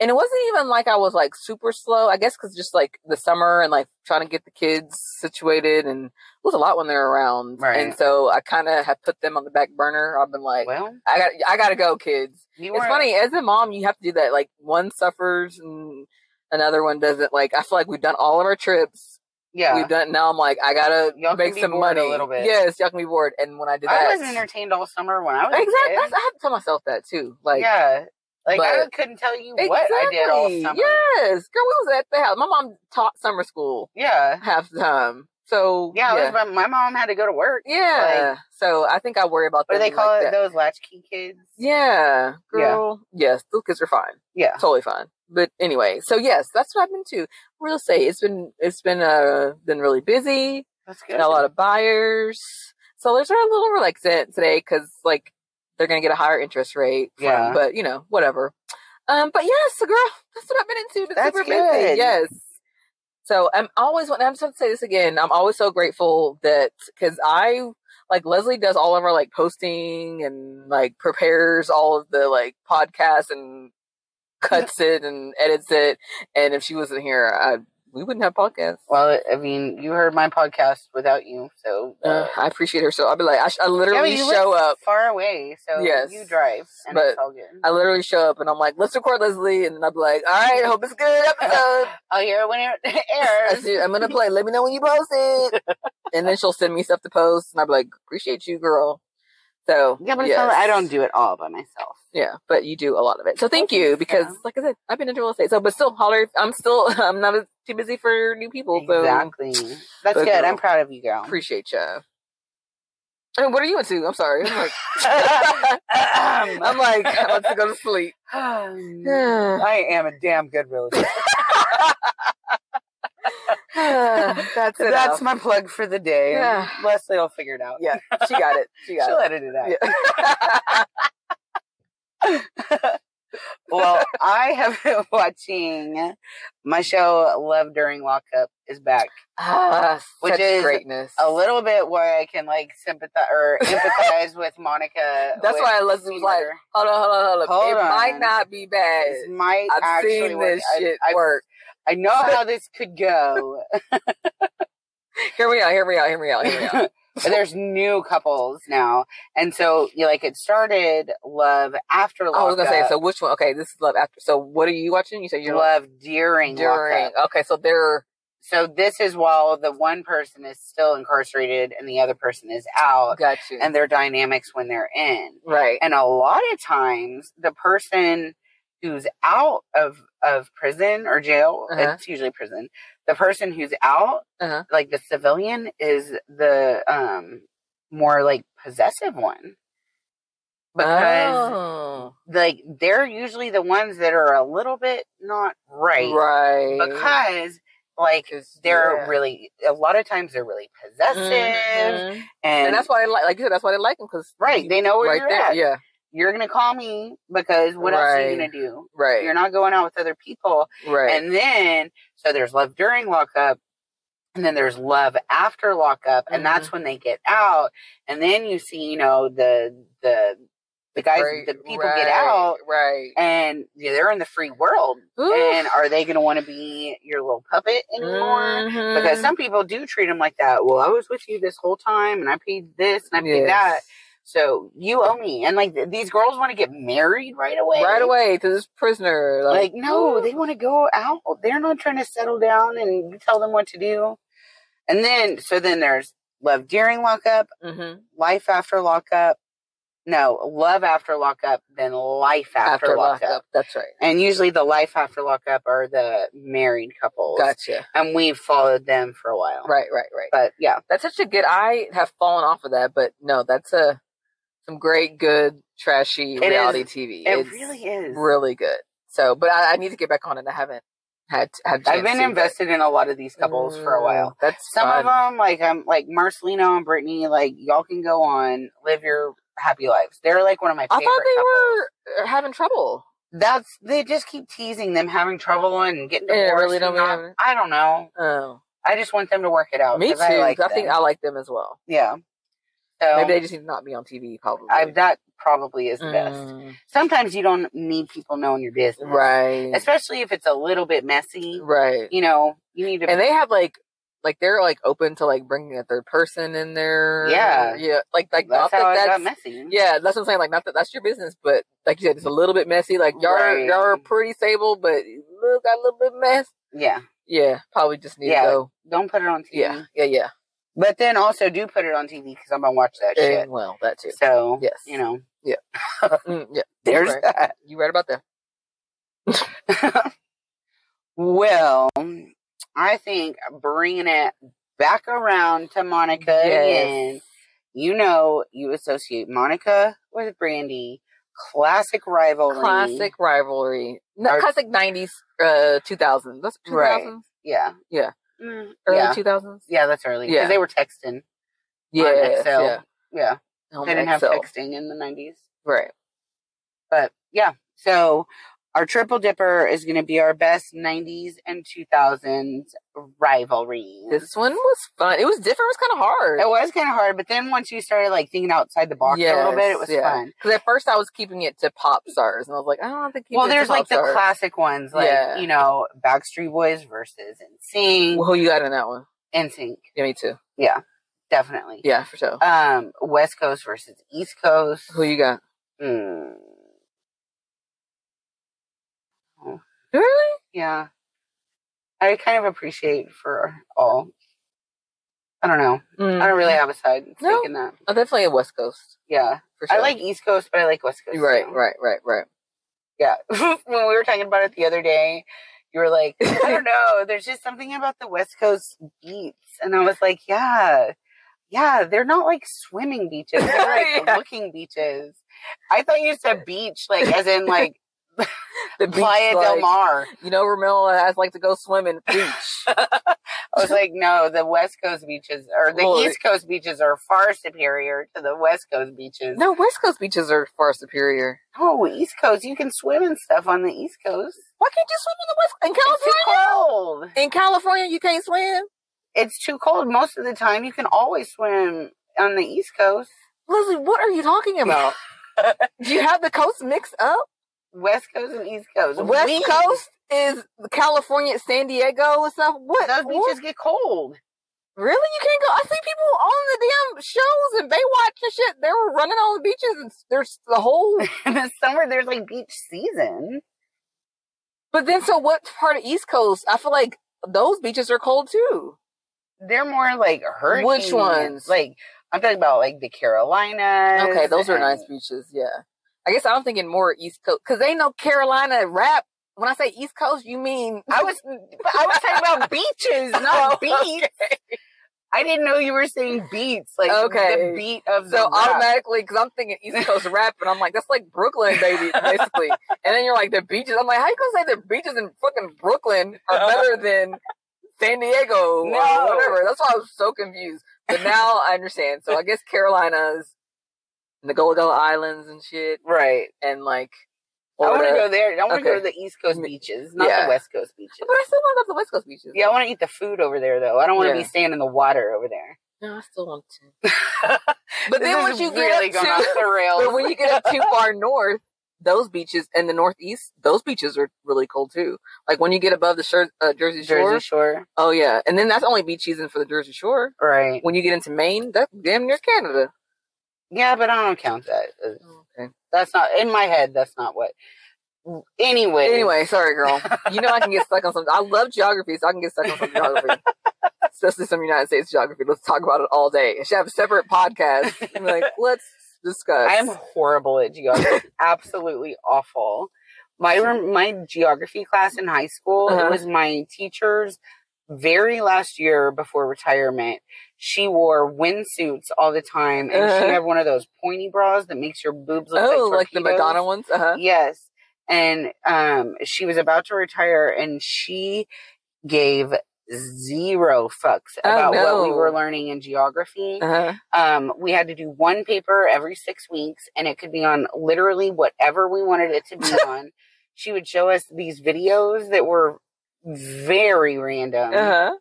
[SPEAKER 1] and it wasn't even like I was like super slow. I guess because just like the summer and like trying to get the kids situated, and it was a lot when they're around.
[SPEAKER 2] Right.
[SPEAKER 1] And so I kind of have put them on the back burner. I've been like,
[SPEAKER 2] well,
[SPEAKER 1] I got, I gotta go, kids.
[SPEAKER 2] you
[SPEAKER 1] It's
[SPEAKER 2] were-
[SPEAKER 1] funny as a mom, you have to do that. Like one suffers and another one doesn't. Like I feel like we've done all of our trips.
[SPEAKER 2] Yeah,
[SPEAKER 1] We've done. Now I'm like, I gotta
[SPEAKER 2] Y'all can
[SPEAKER 1] make
[SPEAKER 2] be
[SPEAKER 1] some
[SPEAKER 2] bored a
[SPEAKER 1] money.
[SPEAKER 2] little bit.
[SPEAKER 1] Yes, y'all can be bored. And when I did that,
[SPEAKER 2] I was entertained all summer when I was a
[SPEAKER 1] exactly.
[SPEAKER 2] kid.
[SPEAKER 1] That's, I had to tell myself that too. Like.
[SPEAKER 2] yeah, like I
[SPEAKER 1] but-
[SPEAKER 2] couldn't tell you what I did all
[SPEAKER 1] Exactly.
[SPEAKER 2] summer.
[SPEAKER 1] Yes, girl, we was at the house. My mom taught summer school
[SPEAKER 2] Yeah,
[SPEAKER 1] half the time, so
[SPEAKER 2] yeah.
[SPEAKER 1] yeah,
[SPEAKER 2] It was, my, my mom had to go to work.
[SPEAKER 1] Yeah. so I think I worry about
[SPEAKER 2] What do
[SPEAKER 1] them
[SPEAKER 2] they call
[SPEAKER 1] like
[SPEAKER 2] it?
[SPEAKER 1] that.
[SPEAKER 2] Those latchkey kids.
[SPEAKER 1] Yeah, girl. Yes, those kids are fine,
[SPEAKER 2] Yeah.
[SPEAKER 1] totally fine. But anyway, so yes, that's what I've been to real estate. It's been it's been uh been really busy.
[SPEAKER 2] That's good.
[SPEAKER 1] Got a lot of buyers. Sellers are a little reluctant today because like they're gonna get a higher interest rate. from-
[SPEAKER 2] Yeah.
[SPEAKER 1] But you know, whatever. Um, but yes, so girl, that's what I've been into. Been
[SPEAKER 2] That's
[SPEAKER 1] super
[SPEAKER 2] good.
[SPEAKER 1] busy. Yes. So I'm always I'm just gonna say this again. I'm always so grateful that because I like Leslie does all of our like posting and like prepares all of the like podcasts and cuts it and edits it. And if she wasn't here, I we wouldn't have podcasts.
[SPEAKER 2] well, I mean, you heard my podcast without you, so uh,
[SPEAKER 1] Uh, I appreciate her so. I'll be like, I, sh- I
[SPEAKER 2] yeah, but
[SPEAKER 1] literally
[SPEAKER 2] you live
[SPEAKER 1] show up.
[SPEAKER 2] far away, so
[SPEAKER 1] Yes.
[SPEAKER 2] you drive, and
[SPEAKER 1] But-
[SPEAKER 2] it's all good.
[SPEAKER 1] I literally show up and I'm like, let's record Leslie. And I'll be like, all right, hope it's a good episode.
[SPEAKER 2] I'll hear it when it
[SPEAKER 1] I
[SPEAKER 2] airs.
[SPEAKER 1] said, I'm going to play. Let me know when you post it. and then she'll send me stuff to post. And I'll be like, appreciate you, girl. So,
[SPEAKER 2] Yeah, but it's
[SPEAKER 1] yes.
[SPEAKER 2] not, I don't do it all by myself.
[SPEAKER 1] Yeah, but you do a lot of it. So thank
[SPEAKER 2] Okay,
[SPEAKER 1] you because,
[SPEAKER 2] yeah.
[SPEAKER 1] like I said, I've been into real estate. So, but still, holler. if- I'm still, I'm not as- too busy for new people. So
[SPEAKER 2] Exactly. That's
[SPEAKER 1] But
[SPEAKER 2] good. I'm
[SPEAKER 1] girl.
[SPEAKER 2] proud of you, girl.
[SPEAKER 1] appreciate ya. And what are you into? I'm sorry. I'm like, I'm
[SPEAKER 2] I'm
[SPEAKER 1] like, I'm about to go to sleep.
[SPEAKER 2] I am a damn good realtor.
[SPEAKER 1] That's it.
[SPEAKER 2] That's my plug for the day.
[SPEAKER 1] Yeah.
[SPEAKER 2] Leslie will figure it out.
[SPEAKER 1] Yeah, she got it. She got
[SPEAKER 2] She'll
[SPEAKER 1] it.
[SPEAKER 2] edit it out.
[SPEAKER 1] Yeah.
[SPEAKER 2] Well, I have been watching my show Love During Lockup is back.
[SPEAKER 1] Ah,
[SPEAKER 2] Which
[SPEAKER 1] such
[SPEAKER 2] is
[SPEAKER 1] greatness.
[SPEAKER 2] A little bit where I can like sympathize or empathize with Monica.
[SPEAKER 1] That's
[SPEAKER 2] with
[SPEAKER 1] why I was
[SPEAKER 2] Sweet
[SPEAKER 1] like,
[SPEAKER 2] Murder.
[SPEAKER 1] hold on, hold on, hold on.
[SPEAKER 2] Hold
[SPEAKER 1] it
[SPEAKER 2] on.
[SPEAKER 1] might not be bad.
[SPEAKER 2] This might
[SPEAKER 1] I've
[SPEAKER 2] actually
[SPEAKER 1] seen
[SPEAKER 2] work.
[SPEAKER 1] this
[SPEAKER 2] I-
[SPEAKER 1] shit
[SPEAKER 2] I,
[SPEAKER 1] work.
[SPEAKER 2] I know how this could go.
[SPEAKER 1] Hear me out. Hear me out. Hear me out. Hear me out.
[SPEAKER 2] There's new couples now, and so you know, like it started love after love.
[SPEAKER 1] I was gonna say. So which one? Okay, this is love after. So what are you watching? You said you're
[SPEAKER 2] love during
[SPEAKER 1] during.
[SPEAKER 2] lockup.
[SPEAKER 1] Okay, so they're
[SPEAKER 2] So this is while the one person is still incarcerated and the other person is out,
[SPEAKER 1] got you.
[SPEAKER 2] and their dynamics when they're in.
[SPEAKER 1] right.
[SPEAKER 2] And a lot of times, the person who's out of of prison or jail,
[SPEAKER 1] Uh-huh.
[SPEAKER 2] it's usually prison. The person who's out,
[SPEAKER 1] Uh-huh.
[SPEAKER 2] like the civilian, is the um more like possessive one because
[SPEAKER 1] oh,
[SPEAKER 2] like they're usually the ones that are a little bit not right,
[SPEAKER 1] right.
[SPEAKER 2] because Like
[SPEAKER 1] 'Cause,
[SPEAKER 2] they're
[SPEAKER 1] yeah.
[SPEAKER 2] really a lot of times they're really possessive,
[SPEAKER 1] Mhm.
[SPEAKER 2] and,
[SPEAKER 1] and that's why they like, like you said, that's why they like them because
[SPEAKER 2] right. They know where
[SPEAKER 1] right
[SPEAKER 2] you're
[SPEAKER 1] there,
[SPEAKER 2] at.
[SPEAKER 1] yeah,
[SPEAKER 2] You're gonna call me because what else are
[SPEAKER 1] Right.
[SPEAKER 2] you gonna do?
[SPEAKER 1] right,
[SPEAKER 2] You're not going out with other people.
[SPEAKER 1] right,
[SPEAKER 2] And then so there's love during lockup, and then there's love after lockup, and
[SPEAKER 1] Mhm.
[SPEAKER 2] that's when they get out. And then you see, you know, the the the guys,
[SPEAKER 1] Right,
[SPEAKER 2] the people
[SPEAKER 1] right,
[SPEAKER 2] get out,
[SPEAKER 1] right.
[SPEAKER 2] and yeah, they're in the free world.
[SPEAKER 1] Oof.
[SPEAKER 2] And are they gonna want to be your little puppet anymore?
[SPEAKER 1] Mhm.
[SPEAKER 2] Because some people do treat them like that. Well, I was with you this whole time, and I paid this, and I paid
[SPEAKER 1] Yes.
[SPEAKER 2] that. So you owe me. And like th- these girls want to get married right away.
[SPEAKER 1] right away to this prisoner,
[SPEAKER 2] Like,
[SPEAKER 1] like,
[SPEAKER 2] no,
[SPEAKER 1] ooh.
[SPEAKER 2] they want to go out. They're not trying to settle down and you tell them what to do. And then, so then there's love during lockup,
[SPEAKER 1] Mhm.
[SPEAKER 2] life after lockup. No, love after lockup, then life after,
[SPEAKER 1] after
[SPEAKER 2] lockup.
[SPEAKER 1] lockup. That's right.
[SPEAKER 2] And usually the life after lockup are the married couples.
[SPEAKER 1] Gotcha.
[SPEAKER 2] And we've followed them for a while.
[SPEAKER 1] Right, right, right.
[SPEAKER 2] But yeah,
[SPEAKER 1] That's such a good. I have fallen off of that, but no, that's a some great, good, trashy
[SPEAKER 2] It is.
[SPEAKER 1] reality TV.
[SPEAKER 2] it
[SPEAKER 1] It's
[SPEAKER 2] really is.
[SPEAKER 1] really good. So, but I, I need to get back on it. I haven't had had. a
[SPEAKER 2] I've
[SPEAKER 1] chance
[SPEAKER 2] been
[SPEAKER 1] to, but-
[SPEAKER 2] invested in a lot of these couples for a while.
[SPEAKER 1] Mm, That's
[SPEAKER 2] Some of
[SPEAKER 1] fun.
[SPEAKER 2] them, like I'm, like Marcelino and Brittany, like y'all can go on, live your happy lives. They're like one of my
[SPEAKER 1] I
[SPEAKER 2] favorite.
[SPEAKER 1] thought they
[SPEAKER 2] couples.
[SPEAKER 1] were uh, having trouble.
[SPEAKER 2] That's they just keep teasing them having trouble and getting
[SPEAKER 1] Yeah,
[SPEAKER 2] divorced.
[SPEAKER 1] really don't
[SPEAKER 2] and not-
[SPEAKER 1] mean-
[SPEAKER 2] I don't know.
[SPEAKER 1] Oh,
[SPEAKER 2] I just want them to work it out.
[SPEAKER 1] me too.
[SPEAKER 2] 'cause I, like
[SPEAKER 1] I think
[SPEAKER 2] them.
[SPEAKER 1] I like them as well.
[SPEAKER 2] yeah. So
[SPEAKER 1] Maybe they just need to not be on TV. Probably.
[SPEAKER 2] I, that probably is the best.
[SPEAKER 1] Mm,
[SPEAKER 2] Sometimes you don't need people knowing your business,
[SPEAKER 1] right.
[SPEAKER 2] Especially if it's a little bit messy.
[SPEAKER 1] right.
[SPEAKER 2] You know, you need to.
[SPEAKER 1] And they have like. Like they're like open to like bringing a third person in there.
[SPEAKER 2] Yeah.
[SPEAKER 1] yeah. Like like
[SPEAKER 2] that's
[SPEAKER 1] not
[SPEAKER 2] how
[SPEAKER 1] that
[SPEAKER 2] it got
[SPEAKER 1] that's
[SPEAKER 2] messy.
[SPEAKER 1] Yeah, that's what I'm saying. Like, not that that's your business, but like you said, it's a little bit messy. Like y'all, are,
[SPEAKER 2] Right.
[SPEAKER 1] y'all are pretty stable, but look, got a little bit of mess.
[SPEAKER 2] Yeah.
[SPEAKER 1] Yeah, probably just need
[SPEAKER 2] Yeah. Mm-hmm.
[SPEAKER 1] to go.
[SPEAKER 2] Don't put it on TV.
[SPEAKER 1] Yeah, yeah, yeah.
[SPEAKER 2] But then also do put it on TV because I'm gonna watch that
[SPEAKER 1] And,
[SPEAKER 2] shit.
[SPEAKER 1] well, that too.
[SPEAKER 2] So
[SPEAKER 1] Yes.
[SPEAKER 2] you know,
[SPEAKER 1] Mm, yeah,
[SPEAKER 2] there's
[SPEAKER 1] Right.
[SPEAKER 2] that.
[SPEAKER 1] you right about that.
[SPEAKER 2] Well, I think bringing it back around to Monica again. You know, you associate Monica with Brandy, classic rivalry,
[SPEAKER 1] Classic rivalry. No,
[SPEAKER 2] Our-
[SPEAKER 1] classic '90s, uh, 2000s. That's 2000s.
[SPEAKER 2] Right. Yeah,
[SPEAKER 1] Yeah.
[SPEAKER 2] Mm,
[SPEAKER 1] Early
[SPEAKER 2] yeah,
[SPEAKER 1] 2000s.
[SPEAKER 2] yeah. That's early because
[SPEAKER 1] Yeah.
[SPEAKER 2] they were texting.
[SPEAKER 1] Yeah.
[SPEAKER 2] Excel.
[SPEAKER 1] Yeah.
[SPEAKER 2] Yeah,
[SPEAKER 1] Oh,
[SPEAKER 2] they didn't have
[SPEAKER 1] Excel.
[SPEAKER 2] texting in the nineties.
[SPEAKER 1] Right.
[SPEAKER 2] But yeah, so our triple dipper is going to be our best 90s and 2000s rivalry.
[SPEAKER 1] This one was fun. It was different. It was kind of hard.
[SPEAKER 2] it was kind of hard, but then once you started like thinking outside the box a little bit, it was fun.
[SPEAKER 1] Because at first I was keeping it to pop stars, and I was like, I don't think.
[SPEAKER 2] Well, there's like the
[SPEAKER 1] class.
[SPEAKER 2] classic ones, like
[SPEAKER 1] Yeah.
[SPEAKER 2] you know, Backstreet Boys versus NSYNC,
[SPEAKER 1] Who you got in that one?
[SPEAKER 2] NSYNC,
[SPEAKER 1] Yeah, me too.
[SPEAKER 2] definitely.
[SPEAKER 1] Yeah, for sure.
[SPEAKER 2] Um, West Coast versus East Coast.
[SPEAKER 1] Who you got?
[SPEAKER 2] Mm,
[SPEAKER 1] Really?
[SPEAKER 2] yeah, I kind of appreciate for all. I don't know. I don't really have a side in
[SPEAKER 1] Mm-hmm. No.
[SPEAKER 2] taking that.
[SPEAKER 1] I'm Mm. definitely a West Coast
[SPEAKER 2] Yeah.
[SPEAKER 1] for sure.
[SPEAKER 2] I like East Coast, but I like West Coast.
[SPEAKER 1] Right,
[SPEAKER 2] too.
[SPEAKER 1] right, right, right.
[SPEAKER 2] Yeah. when we were talking about it the other day, you were like, I don't know, there's just something about the West Coast beats. And I was like, yeah. Yeah, they're not like swimming beaches. They're like
[SPEAKER 1] Yeah.
[SPEAKER 2] looking beaches. I thought you said beach, like as in like
[SPEAKER 1] The beach,
[SPEAKER 2] Playa del
[SPEAKER 1] like,
[SPEAKER 2] Mar.
[SPEAKER 1] You know, Ramel has like to go swim in the beach.
[SPEAKER 2] I was like, no, the West Coast beaches or the
[SPEAKER 1] Well,
[SPEAKER 2] East Coast beaches are far superior to the West Coast beaches.
[SPEAKER 1] no, West Coast beaches are far superior.
[SPEAKER 2] no East Coast, you can swim and stuff on the East Coast.
[SPEAKER 1] Why can't you swim in the West? In
[SPEAKER 2] It's too
[SPEAKER 1] California?
[SPEAKER 2] cold.
[SPEAKER 1] In California, you can't swim.
[SPEAKER 2] it's too cold most of the time. You can always swim on the East Coast.
[SPEAKER 1] Leslie, what are you talking about? Do you have the coast mixed up?
[SPEAKER 2] West Coast and East Coast.
[SPEAKER 1] West
[SPEAKER 2] We-
[SPEAKER 1] Coast is California, San Diego, and stuff. What?
[SPEAKER 2] Those
[SPEAKER 1] what?
[SPEAKER 2] beaches get cold.
[SPEAKER 1] Really? You can't go. I see people on the damn shows and Baywatch and shit. They were running on the beaches and s- there's the whole.
[SPEAKER 2] In the summer, there's like beach season.
[SPEAKER 1] But then, so what part of East Coast? I feel like those beaches are cold too.
[SPEAKER 2] They're more like hurricane.
[SPEAKER 1] Which ones?
[SPEAKER 2] Like I'm talking about like the Carolinas.
[SPEAKER 1] Okay, those are
[SPEAKER 2] and-
[SPEAKER 1] nice beaches. Yeah. I guess I'm thinking more East Coast because they know Carolina rap. When I say East Coast, you mean
[SPEAKER 2] I was, but I was talking about beaches, not
[SPEAKER 1] Oh,
[SPEAKER 2] beats. I didn't know you were saying beats, like
[SPEAKER 1] Okay.
[SPEAKER 2] the beat of the
[SPEAKER 1] So
[SPEAKER 2] rap.
[SPEAKER 1] automatically, because I'm thinking East Coast rap, and I'm like, that's like Brooklyn, baby, basically. and then you're like, the beaches. I'm like, how you gonna say the beaches in fucking Brooklyn are better than San Diego or
[SPEAKER 2] No.
[SPEAKER 1] whatever. That's why I was so confused. But now I understand. So I guess Carolinas and the Goldella Islands and shit
[SPEAKER 2] Right.
[SPEAKER 1] and like
[SPEAKER 2] I want to
[SPEAKER 1] Florida.
[SPEAKER 2] go there. I want to go
[SPEAKER 1] Okay.
[SPEAKER 2] to the East Coast beaches, not
[SPEAKER 1] Yeah.
[SPEAKER 2] the West Coast beaches.
[SPEAKER 1] But I still want to go to the West Coast beaches.
[SPEAKER 2] Yeah, I want to eat the food over there though. I don't want to
[SPEAKER 1] Yeah.
[SPEAKER 2] be staying in the water over there.
[SPEAKER 1] No, I still want to. but
[SPEAKER 2] This
[SPEAKER 1] then
[SPEAKER 2] is
[SPEAKER 1] once you
[SPEAKER 2] really
[SPEAKER 1] get
[SPEAKER 2] going
[SPEAKER 1] up
[SPEAKER 2] off
[SPEAKER 1] to,
[SPEAKER 2] the rails.
[SPEAKER 1] but when you get up too far north, those beaches and the northeast, those beaches are really cold too. Like when you get above the Sher- uh, Jersey Shore,
[SPEAKER 2] Jersey Shore,
[SPEAKER 1] oh yeah, and then that's only beach season for the Jersey Shore.
[SPEAKER 2] right?
[SPEAKER 1] When you get into Maine, that's damn near Canada.
[SPEAKER 2] Yeah, but I don't count that.
[SPEAKER 1] Oh, Okay.
[SPEAKER 2] That's not in my head. That's not what. Anyway,
[SPEAKER 1] Anyway, sorry, girl. You know I can get stuck on something. I love geography, so I can get stuck on some geography, especially some United States geography. Let's talk about it all day. I should have a separate podcast. And be like, let's discuss.
[SPEAKER 2] I am horrible at geography. Absolutely awful. My rem- my geography class in high school
[SPEAKER 1] Uh-huh.
[SPEAKER 2] it was my teacher's very last year before retirement. She wore windsuits all the time, and
[SPEAKER 1] Uh-huh.
[SPEAKER 2] she had one of those pointy bras that makes your boobs look
[SPEAKER 1] oh,
[SPEAKER 2] like,
[SPEAKER 1] like the
[SPEAKER 2] torpedoes.
[SPEAKER 1] Madonna ones. Uh huh.
[SPEAKER 2] Yes. And um she was about to retire and she gave zero fucks
[SPEAKER 1] Oh,
[SPEAKER 2] about what we
[SPEAKER 1] no.
[SPEAKER 2] were learning in geography.
[SPEAKER 1] Uh huh.
[SPEAKER 2] Um we had to do one paper every 6 weeks and it could be on literally whatever we wanted it to be on. She would show us these videos that were very random
[SPEAKER 1] Uh-huh.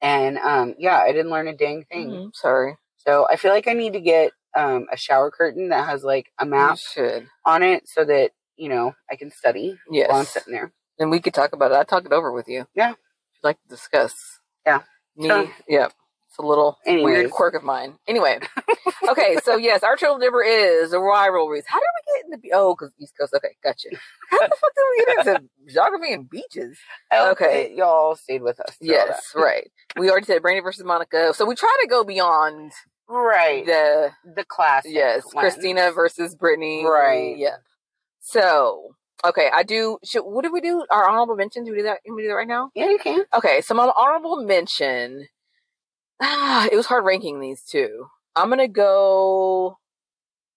[SPEAKER 2] and um yeah, I didn't learn a dang thing.
[SPEAKER 1] Mhm. Sorry.
[SPEAKER 2] So I feel like I need to get um a shower curtain that has like a
[SPEAKER 1] You
[SPEAKER 2] map
[SPEAKER 1] should.
[SPEAKER 2] on it so that you know, I can study while I'm
[SPEAKER 1] Yes.
[SPEAKER 2] sitting there.
[SPEAKER 1] And we could talk about it. I talk it over with you.
[SPEAKER 2] Yeah.
[SPEAKER 1] If you'd like to discuss.
[SPEAKER 2] Yeah.
[SPEAKER 1] Me.
[SPEAKER 2] Sure.
[SPEAKER 1] Yeah. It's a little
[SPEAKER 2] Anyways.
[SPEAKER 1] weird quirk of mine. Anyway. okay. So yes, our triple dipper is the rivalries. How did we get in the be- oh? Because East Coast. Okay, gotcha. How the fuck did we get into geography and beaches?
[SPEAKER 2] Oh,
[SPEAKER 1] Okay.
[SPEAKER 2] it- y'all stayed with us. through all that.
[SPEAKER 1] Yes, right. We already said Brandy versus Monica. So we try to go beyond
[SPEAKER 2] right. The,
[SPEAKER 1] the
[SPEAKER 2] class.
[SPEAKER 1] Yes, Christina versus Brittany.
[SPEAKER 2] Right.
[SPEAKER 1] Yeah. So okay, I do. Should, what did we do? Our honorable mentions. Do we do that? Can we do that right now?
[SPEAKER 2] Yeah, you can.
[SPEAKER 1] Okay, so my honorable mention. it was hard ranking these two. I'm gonna go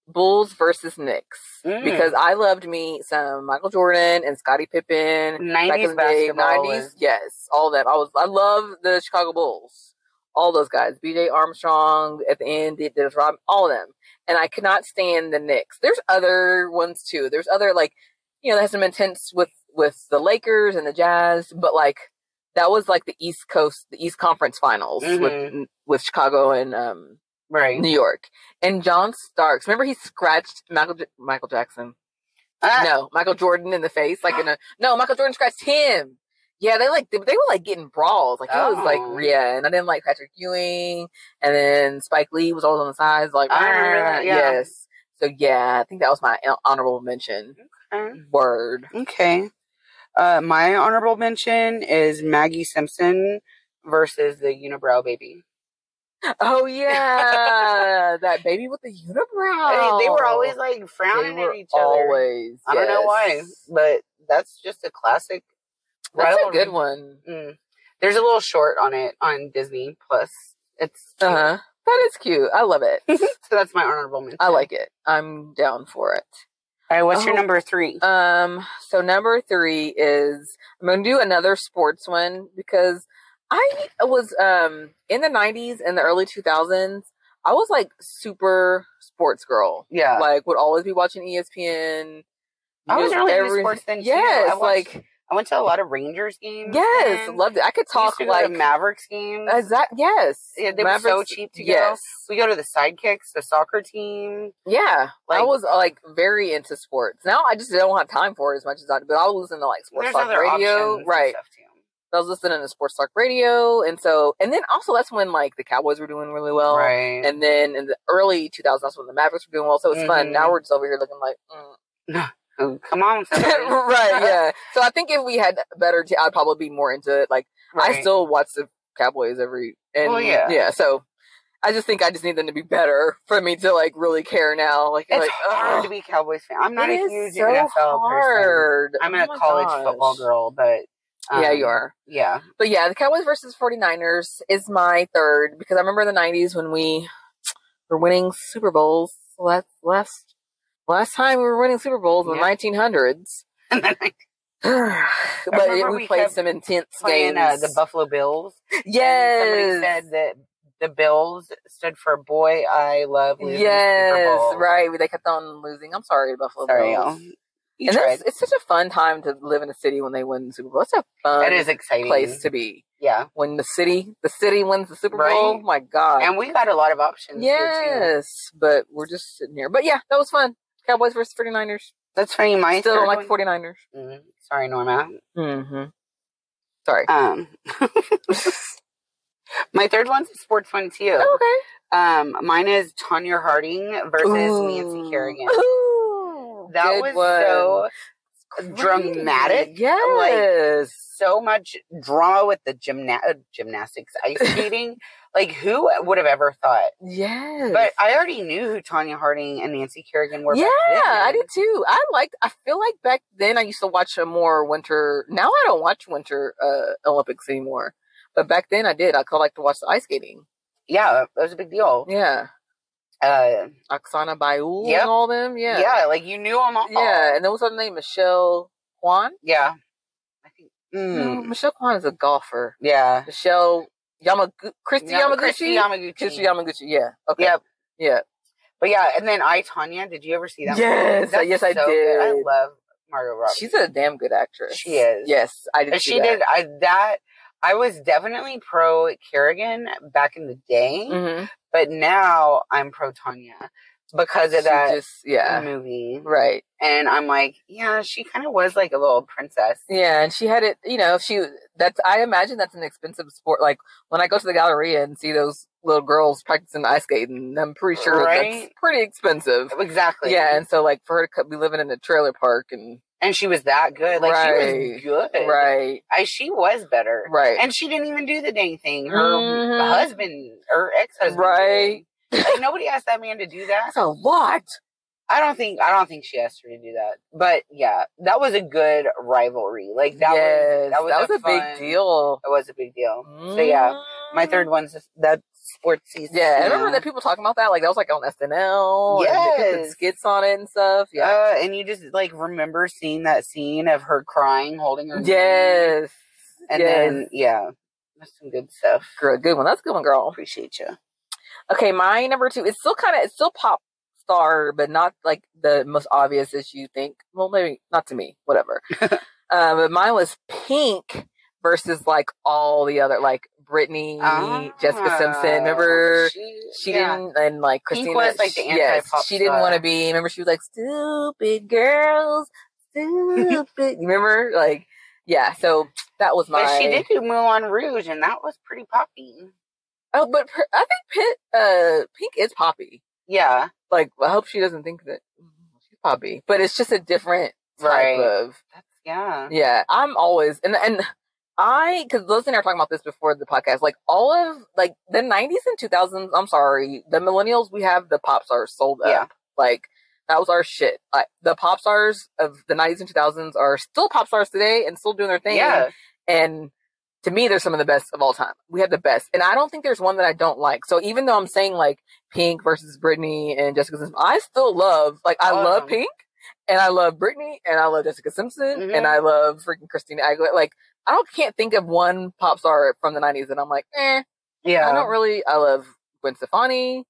[SPEAKER 1] Bulls versus Knicks
[SPEAKER 2] Mm.
[SPEAKER 1] because I loved me some Michael Jordan and Scottie Pippen back in
[SPEAKER 2] Nineties
[SPEAKER 1] the day,
[SPEAKER 2] basketball.
[SPEAKER 1] 90s,
[SPEAKER 2] was-
[SPEAKER 1] yes, all that. I was, I love the Chicago Bulls, all those guys. B.J. Armstrong at the end, did Dennis Rodman, all of them. And I could not stand the Knicks. There's other ones too. There's other like, you know, that has some intense with with the Lakers and the Jazz, but like that was like the East Coast, the East Conference Finals
[SPEAKER 2] Mm-hmm.
[SPEAKER 1] with with Chicago and um
[SPEAKER 2] right.
[SPEAKER 1] New York and John Starks. Remember he scratched Michael J- Michael Jackson.
[SPEAKER 2] Ah,
[SPEAKER 1] No, Michael Jordan in the face, like in a no. Michael Jordan scratched him. Yeah, they like they, they were like getting brawls. Like it was
[SPEAKER 2] Oh.
[SPEAKER 1] like yeah, and I didn't like Patrick Ewing, and then Spike Lee was always on the sides. Like
[SPEAKER 2] I remember that,
[SPEAKER 1] "Ah,
[SPEAKER 2] yeah.
[SPEAKER 1] yes, so yeah, I think that was my hon- honorable mention.
[SPEAKER 2] Okay.
[SPEAKER 1] Word.
[SPEAKER 2] uh, Okay. Uh, my honorable mention is Maggie Simpson versus the unibrow baby.
[SPEAKER 1] Oh yeah, that baby with the unibrow.
[SPEAKER 2] They, they were always like frowning
[SPEAKER 1] They were
[SPEAKER 2] at each other.
[SPEAKER 1] Always.
[SPEAKER 2] I don't know why,
[SPEAKER 1] yes.
[SPEAKER 2] but that's just a classic.
[SPEAKER 1] That's a
[SPEAKER 2] rivalry.
[SPEAKER 1] good one.
[SPEAKER 2] Mm. There's a little short on it on Disney Plus. It's
[SPEAKER 1] Uh huh. That is cute. I love it.
[SPEAKER 2] so that's my honorable mention.
[SPEAKER 1] I like it. I'm down for it.
[SPEAKER 2] All right, what's your
[SPEAKER 1] Oh.
[SPEAKER 2] number three?
[SPEAKER 1] Um, so number three is I'm gonna do another sports one because I was um in the nineties and the early two thousands, I was like super sports girl.
[SPEAKER 2] yeah,
[SPEAKER 1] Like would always be watching E ESPN.
[SPEAKER 2] I was
[SPEAKER 1] knew
[SPEAKER 2] really into
[SPEAKER 1] every-
[SPEAKER 2] sports then. too.
[SPEAKER 1] Yes,
[SPEAKER 2] I watched- E
[SPEAKER 1] like
[SPEAKER 2] I went to a lot of Rangers games.
[SPEAKER 1] yes,
[SPEAKER 2] then.
[SPEAKER 1] loved it. I could
[SPEAKER 2] We used
[SPEAKER 1] talk
[SPEAKER 2] to go to
[SPEAKER 1] like
[SPEAKER 2] Mavericks games.
[SPEAKER 1] exact yes.
[SPEAKER 2] Yeah, they were so cheap to go.
[SPEAKER 1] Yes.
[SPEAKER 2] we go to the sidekicks, the soccer team.
[SPEAKER 1] Yeah, I
[SPEAKER 2] Like-
[SPEAKER 1] was uh, like very into sports. Now I just don't have time for it as much as I do, but I was listening to like sports
[SPEAKER 2] There's
[SPEAKER 1] talk
[SPEAKER 2] other
[SPEAKER 1] radio,
[SPEAKER 2] options and
[SPEAKER 1] right?
[SPEAKER 2] stuff, too.
[SPEAKER 1] I was listening to sports talk radio, and so and then also that's when like the Cowboys were doing really well,
[SPEAKER 2] right?
[SPEAKER 1] Um, and then in the early 2000s that's when the Mavericks were doing well, so it's
[SPEAKER 2] Mhm.
[SPEAKER 1] fun. Now we're just over here looking like, mm.
[SPEAKER 2] Oh, come on, somebody.
[SPEAKER 1] right, yeah. So I think if we had better, i I'd probably be more into it. Like I
[SPEAKER 2] Right.
[SPEAKER 1] still watch the Cowboys every, and
[SPEAKER 2] Well, yeah.
[SPEAKER 1] So I just think I just need them to be better for me to like really care now. Like
[SPEAKER 2] It's
[SPEAKER 1] like,
[SPEAKER 2] hard
[SPEAKER 1] ugh.
[SPEAKER 2] to be Cowboys fan. I'm not
[SPEAKER 1] It
[SPEAKER 2] a
[SPEAKER 1] is
[SPEAKER 2] huge
[SPEAKER 1] so
[SPEAKER 2] NFL person.
[SPEAKER 1] hard.
[SPEAKER 2] I'm
[SPEAKER 1] Oh
[SPEAKER 2] a
[SPEAKER 1] my
[SPEAKER 2] college
[SPEAKER 1] gosh.
[SPEAKER 2] football girl, but
[SPEAKER 1] yeah,
[SPEAKER 2] um,
[SPEAKER 1] you are.
[SPEAKER 2] Yeah,
[SPEAKER 1] But yeah, the Cowboys versus 49ers is my third because I remember the 90s when we were winning Super Bowls. Last, last, last time we were winning Super Bowls in
[SPEAKER 2] Yeah.
[SPEAKER 1] the 1900s.
[SPEAKER 2] and then
[SPEAKER 1] but it,
[SPEAKER 2] remember
[SPEAKER 1] we
[SPEAKER 2] we
[SPEAKER 1] played
[SPEAKER 2] kept
[SPEAKER 1] some intense
[SPEAKER 2] Playing
[SPEAKER 1] games.
[SPEAKER 2] uh, the Buffalo Bills. And
[SPEAKER 1] yes.
[SPEAKER 2] somebody said that the Bills stood for Boy I Love Losing Super
[SPEAKER 1] Yes,
[SPEAKER 2] Bowl.
[SPEAKER 1] right. They kept on losing. I'm sorry, Buffalo
[SPEAKER 2] Sorry,
[SPEAKER 1] Bills.
[SPEAKER 2] y'all. You
[SPEAKER 1] and
[SPEAKER 2] tried.
[SPEAKER 1] that's, it's such a fun time to live in a city when they win the Super Bowl. It's a fun
[SPEAKER 2] That is exciting.
[SPEAKER 1] place to be
[SPEAKER 2] yeah.
[SPEAKER 1] when the city the city wins the Super
[SPEAKER 2] Right.
[SPEAKER 1] Bowl. My God,
[SPEAKER 2] And we got a lot of options here, too.
[SPEAKER 1] yes, but we're just sitting here. But yeah, that was fun. Cowboys versus 49ers.
[SPEAKER 2] That's funny. My
[SPEAKER 1] Still don't
[SPEAKER 2] third
[SPEAKER 1] like
[SPEAKER 2] one-
[SPEAKER 1] 49ers.
[SPEAKER 2] Mm, sorry, Norma.
[SPEAKER 1] Mm-hmm. Sorry.
[SPEAKER 2] Um, my third one's a sports one, too.
[SPEAKER 1] okay.
[SPEAKER 2] Um, mine is Tanya Harding versus
[SPEAKER 1] Ooh.
[SPEAKER 2] Nancy Kerrigan.
[SPEAKER 1] Ooh,
[SPEAKER 2] That
[SPEAKER 1] good
[SPEAKER 2] was
[SPEAKER 1] one.
[SPEAKER 2] so
[SPEAKER 1] Crazy.
[SPEAKER 2] dramatic,
[SPEAKER 1] Yes.
[SPEAKER 2] so much drama with the gymna- uh, gymnastics ice skating. like who would have ever thought?
[SPEAKER 1] yes.
[SPEAKER 2] But I already knew who Tanya Harding and Nancy Kerrigan were.
[SPEAKER 1] yeah,
[SPEAKER 2] back then.
[SPEAKER 1] I did too. I liked. I feel like back then I used to watch a more winter. Now I don't watch winter uh, Olympics anymore. But back then I did. I kind of like to watch the ice skating.
[SPEAKER 2] Yeah, that was a big deal.
[SPEAKER 1] Yeah,
[SPEAKER 2] Uh,
[SPEAKER 1] Oksana Bayul
[SPEAKER 2] Yep.
[SPEAKER 1] and all them.
[SPEAKER 2] yeah.
[SPEAKER 1] Yeah,
[SPEAKER 2] like you knew them all.
[SPEAKER 1] yeah. And then what's her name? Michelle Kwan.
[SPEAKER 2] yeah. I think.
[SPEAKER 1] No,
[SPEAKER 2] Mm,
[SPEAKER 1] Michelle Kwan is a golfer.
[SPEAKER 2] yeah.
[SPEAKER 1] Michelle Yamagu- Christy
[SPEAKER 2] Yeah,
[SPEAKER 1] Yamaguchi.
[SPEAKER 2] Christy Yamaguchi.
[SPEAKER 1] Christy Yamaguchi. Yeah. Okay.
[SPEAKER 2] Yep.
[SPEAKER 1] Yeah.
[SPEAKER 2] But yeah, and then I Tanya. Did you ever see that? one?
[SPEAKER 1] Yes,
[SPEAKER 2] That's
[SPEAKER 1] yes, I
[SPEAKER 2] so good. I
[SPEAKER 1] did.
[SPEAKER 2] love Margot Robbie.
[SPEAKER 1] She's a damn good actress.
[SPEAKER 2] She is.
[SPEAKER 1] Yes, I did.
[SPEAKER 2] And
[SPEAKER 1] see
[SPEAKER 2] she
[SPEAKER 1] that.
[SPEAKER 2] did I that. I was definitely pro Kerrigan back in the day,
[SPEAKER 1] Mhm.
[SPEAKER 2] but now I'm pro Tanya because of
[SPEAKER 1] She
[SPEAKER 2] that Mm-hmm.
[SPEAKER 1] just- yeah.
[SPEAKER 2] movie.
[SPEAKER 1] Right.
[SPEAKER 2] And I'm like, yeah, she kind of was like a little princess.
[SPEAKER 1] Yeah, and she had it. You know, if she that's. I imagine that's an expensive sport. Like when I go to the Galleria and see those little girls practicing ice skating, I'm pretty sure that's
[SPEAKER 2] Right?
[SPEAKER 1] pretty expensive.
[SPEAKER 2] Exactly.
[SPEAKER 1] Yeah, and so like for her to co- be living in a trailer park and
[SPEAKER 2] And she was that good. Like
[SPEAKER 1] Right.
[SPEAKER 2] she was good.
[SPEAKER 1] right,
[SPEAKER 2] I, she was better.
[SPEAKER 1] right,
[SPEAKER 2] And she didn't even do the dang thing. Her
[SPEAKER 1] Mhm.
[SPEAKER 2] husband, her ex husband,
[SPEAKER 1] Right. Oh.
[SPEAKER 2] Like nobody asked that man to do that.
[SPEAKER 1] that's a lot.
[SPEAKER 2] I don't think I don't think she asked her to do that. But yeah, that was a good rivalry. Like that was
[SPEAKER 1] yes,
[SPEAKER 2] that was, fun-
[SPEAKER 1] a, big deal. Mm-hmm.
[SPEAKER 2] That was a big deal. So yeah, my third one's that sports season.
[SPEAKER 1] Mm. Yeah, I remember that people talking about that. Like that was like on SNL. and they put the
[SPEAKER 2] Yes.
[SPEAKER 1] skits on it and stuff. Yeah.
[SPEAKER 2] Uh, and you just like remember seeing that scene of her crying, holding
[SPEAKER 1] Mm-hmm.
[SPEAKER 2] her. knee.
[SPEAKER 1] Oh, yes.
[SPEAKER 2] And
[SPEAKER 1] yes.
[SPEAKER 2] then yeah, that's some good stuff.
[SPEAKER 1] girl, good one. That's a good one, girl.
[SPEAKER 2] Appreciate you.
[SPEAKER 1] Okay, my number two. It's still kind of it's still pop star, but not like the most obvious as you think. Well, maybe not to me. Whatever. um, but mine was Pink versus like all the other like Britney, Jessica Simpson. Remember?
[SPEAKER 2] Ah, she,
[SPEAKER 1] She
[SPEAKER 2] yeah.
[SPEAKER 1] didn't, and like Christina,
[SPEAKER 2] was, like, the anti-pop
[SPEAKER 1] she didn't
[SPEAKER 2] star.
[SPEAKER 1] want to be. Remember, she was like stupid girls, stupid. remember, like yeah. So that was my.
[SPEAKER 2] But she did do Moulin Rouge, and that was pretty poppy.
[SPEAKER 1] Oh, but her, I think Pit, uh, Pink is Poppy.
[SPEAKER 2] Yeah,
[SPEAKER 1] Like, I hope she doesn't think that mm, she's Poppy, but it's just a different type
[SPEAKER 2] Right.
[SPEAKER 1] of
[SPEAKER 2] yeah.
[SPEAKER 1] yeah, I'm always and and I because Liz and I were talking about this before the podcast. Like all of like the 90s and 2000s. I'm sorry, the millennials. We have the pop stars sold up.
[SPEAKER 2] Yeah.
[SPEAKER 1] Like that was our shit. Like the pop stars of the 90s and 2000s are still pop stars today and still doing their thing.
[SPEAKER 2] Yeah,
[SPEAKER 1] And to me, they're some of the best of all time. We have the best, and I don't think there's one that I don't like. So even though I'm saying like Pink versus Britney and Jessica Simpson, I still love like I
[SPEAKER 2] All of
[SPEAKER 1] love
[SPEAKER 2] them.
[SPEAKER 1] Pink and I love Britney and I love Jessica Simpson
[SPEAKER 2] Mhm.
[SPEAKER 1] and I love freaking Christina Aguilera. Like I don't, can't think of one pop star from the '90s that I'm like, eh,
[SPEAKER 2] yeah.
[SPEAKER 1] I don't really. I love Gwen Stefani,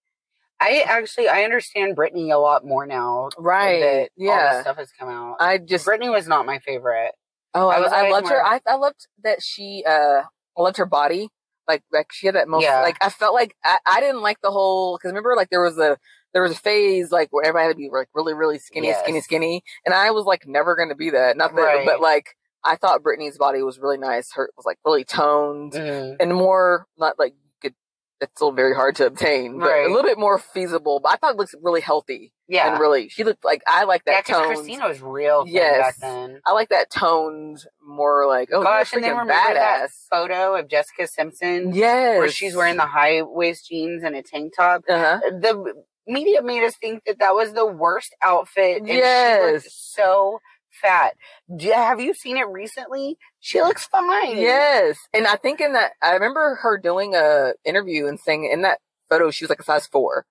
[SPEAKER 2] I actually I understand Britney a lot more now. That all this
[SPEAKER 1] Yeah,
[SPEAKER 2] stuff has come out.
[SPEAKER 1] I just
[SPEAKER 2] Brittany was not my favorite.
[SPEAKER 1] Oh, I,
[SPEAKER 2] I was
[SPEAKER 1] I
[SPEAKER 2] always
[SPEAKER 1] loved her.
[SPEAKER 2] more-
[SPEAKER 1] I, I loved that she, uh, I loved her body. Like, like she had that most,
[SPEAKER 2] Yeah.
[SPEAKER 1] like, I felt like I, I didn't like the whole, cause remember, like, there was a, there was a phase, like, where everybody had to be, like, really, really skinny,
[SPEAKER 2] Yes.
[SPEAKER 1] skinny, skinny. And I was, like, never gonna be that. Not that,
[SPEAKER 2] Right.
[SPEAKER 1] but, like, I thought Britney's body was really nice. Her was, like, really toned
[SPEAKER 2] Mm.
[SPEAKER 1] and more, not like, you could, it's still very hard to obtain, but
[SPEAKER 2] Right.
[SPEAKER 1] a little bit more feasible. But I thought it looked really healthy
[SPEAKER 2] Yeah,
[SPEAKER 1] and really, she looked like, I like
[SPEAKER 2] yeah.
[SPEAKER 1] that
[SPEAKER 2] Because
[SPEAKER 1] tone.
[SPEAKER 2] Christina was real thin
[SPEAKER 1] Yes.
[SPEAKER 2] back then.
[SPEAKER 1] I like that toned more like oh
[SPEAKER 2] Gosh,
[SPEAKER 1] you're
[SPEAKER 2] and then
[SPEAKER 1] freaking
[SPEAKER 2] remember that
[SPEAKER 1] badass.
[SPEAKER 2] photo of Jessica Simpson
[SPEAKER 1] Yes,
[SPEAKER 2] where she's wearing the high waist jeans and a tank top.
[SPEAKER 1] uh-huh.
[SPEAKER 2] The media made us think that that was the worst outfit. And she
[SPEAKER 1] Yes.
[SPEAKER 2] looked so fat. J- Have you seen it recently? She looks fine.
[SPEAKER 1] yes, and I think in that I remember her doing a interview and saying in that photo she was like a size four.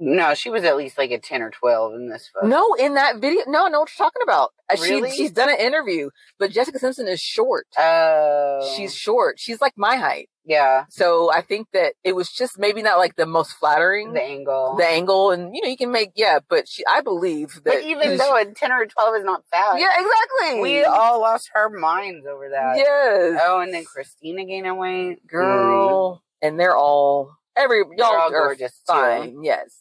[SPEAKER 2] No, she was at least like a ten or twelve in this photo.
[SPEAKER 1] No, in that video, no, I know what you're talking about. Uh,
[SPEAKER 2] Really?
[SPEAKER 1] She she's done an interview, but Jessica Simpson is short.
[SPEAKER 2] Oh,
[SPEAKER 1] She's short. She's like my height,
[SPEAKER 2] yeah.
[SPEAKER 1] so I think that it was just maybe not like the most flattering
[SPEAKER 2] The
[SPEAKER 1] the,
[SPEAKER 2] angle.
[SPEAKER 1] angle, and you know you can make yeah, but she I believe that.
[SPEAKER 2] but even though a ten or a twelve is not bad,
[SPEAKER 1] yeah, exactly.
[SPEAKER 2] we all lost our minds over that.
[SPEAKER 1] yes, Mm-hmm.
[SPEAKER 2] Oh, and then Christina gaining weight,
[SPEAKER 1] girl, and they're all every y'all
[SPEAKER 2] They're all
[SPEAKER 1] are
[SPEAKER 2] gorgeous, too.
[SPEAKER 1] fine. Yes,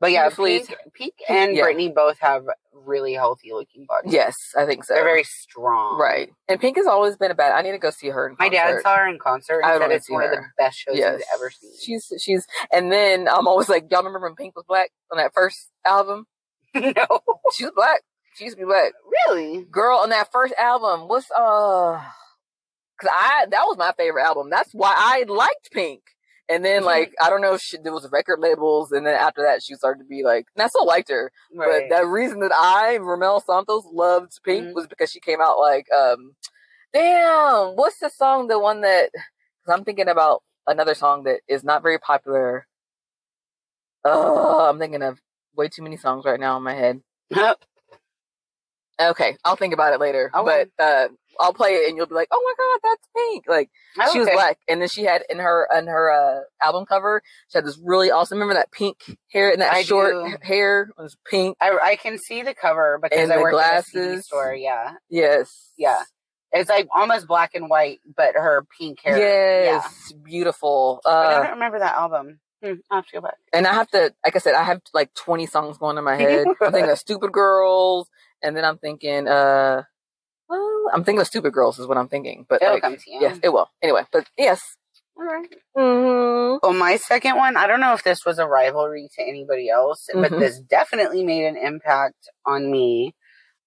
[SPEAKER 2] But yeah,
[SPEAKER 1] Beautifully-
[SPEAKER 2] Peak, Peak and
[SPEAKER 1] Yeah.
[SPEAKER 2] Brittany both have really healthy looking bodies.
[SPEAKER 1] yes, I think so.
[SPEAKER 2] They're very strong.
[SPEAKER 1] right, and Pink has always been a bad. I need to go see her. In
[SPEAKER 2] My dad
[SPEAKER 1] concert.
[SPEAKER 2] saw her in concert
[SPEAKER 1] I
[SPEAKER 2] and said
[SPEAKER 1] wanna
[SPEAKER 2] it's
[SPEAKER 1] see
[SPEAKER 2] one of the
[SPEAKER 1] her.
[SPEAKER 2] best shows
[SPEAKER 1] Yes.
[SPEAKER 2] he's ever seen.
[SPEAKER 1] She's she's and then I'm always like, y'all remember when Pink was black on that first album?
[SPEAKER 2] no.
[SPEAKER 1] She was black. She used to be black.
[SPEAKER 2] Really?
[SPEAKER 1] Girl on that first album, what's uh cause I that was my favorite album. That's why I liked Pink. And then like I don't know if she, there was record labels and then after that she started to be like and I still liked her.
[SPEAKER 2] Right.
[SPEAKER 1] But the reason that I, Ramel Santos, loved Pink
[SPEAKER 2] Mhm.
[SPEAKER 1] was because she came out like, um, damn, what's the song? The one that, cause I'm thinking about another song that is not very popular. Oh, I'm thinking of way too many songs right now in my head. Okay, I'll think about it later.
[SPEAKER 2] Okay.
[SPEAKER 1] But uh, I'll play it and you'll be like, oh my God, that's Pink. Like, she was
[SPEAKER 2] Oh, Okay.
[SPEAKER 1] black, and then she had in her in her uh, album cover, she had this really awesome. Remember that pink hair and that
[SPEAKER 2] I
[SPEAKER 1] short
[SPEAKER 2] do.
[SPEAKER 1] hair It was pink.
[SPEAKER 2] I, I can see the cover because
[SPEAKER 1] And
[SPEAKER 2] I
[SPEAKER 1] the
[SPEAKER 2] work at a CD
[SPEAKER 1] glasses.
[SPEAKER 2] store. Yeah.
[SPEAKER 1] Yes,
[SPEAKER 2] Yeah. It's like almost black and white, but her pink hair. Yeah.
[SPEAKER 1] Yes, beautiful.
[SPEAKER 2] I
[SPEAKER 1] Uh,
[SPEAKER 2] don't remember that album. Hmm, I'll have to go back.
[SPEAKER 1] and I have to, like I said, I have like 20 songs going in my head. I'm thinking of Stupid Girls, and then I'm thinking, uh, well, I'm thinking of Stupid Girls is what I'm thinking. But
[SPEAKER 2] It'll
[SPEAKER 1] like,
[SPEAKER 2] come to you.
[SPEAKER 1] yes, it will. Anyway, but yes.
[SPEAKER 2] All right.
[SPEAKER 1] hmm
[SPEAKER 2] Well, my second one, I don't know if this was a rivalry to anybody else, but
[SPEAKER 1] Mhm.
[SPEAKER 2] this definitely made an impact on me.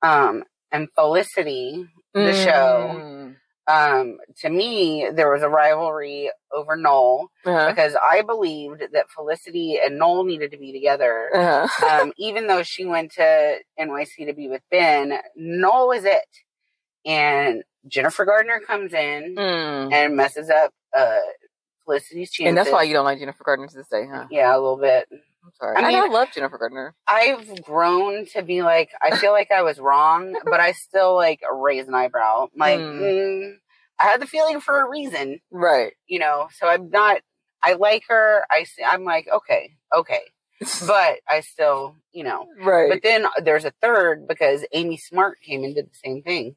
[SPEAKER 2] Um, and Felicity, The show. um, to me, there was a rivalry over Noel
[SPEAKER 1] Uh-huh.
[SPEAKER 2] because I believed that Felicity and Noel needed to be together.
[SPEAKER 1] Uh-huh.
[SPEAKER 2] um, even though she went to NYC to be with Ben, Noel was it. And Jennifer Gardner comes in
[SPEAKER 1] Mm.
[SPEAKER 2] and messes up uh, Felicity's chances.
[SPEAKER 1] And that's why you don't like Jennifer Gardner to this day, huh?
[SPEAKER 2] Yeah, a little bit.
[SPEAKER 1] I'm sorry.
[SPEAKER 2] I
[SPEAKER 1] I, mean, I
[SPEAKER 2] mean-
[SPEAKER 1] love Jennifer Gardner.
[SPEAKER 2] I've grown to be like, I feel like I was wrong, but I still like raise an eyebrow. Like,
[SPEAKER 1] Hmm.
[SPEAKER 2] mm, I had the feeling for a reason,
[SPEAKER 1] Right.
[SPEAKER 2] you know. So I'm not. I like her. I s- I'm like, okay, okay, but I still, you know. But
[SPEAKER 1] right.
[SPEAKER 2] then there's a third because Amy Smart came and did the same thing,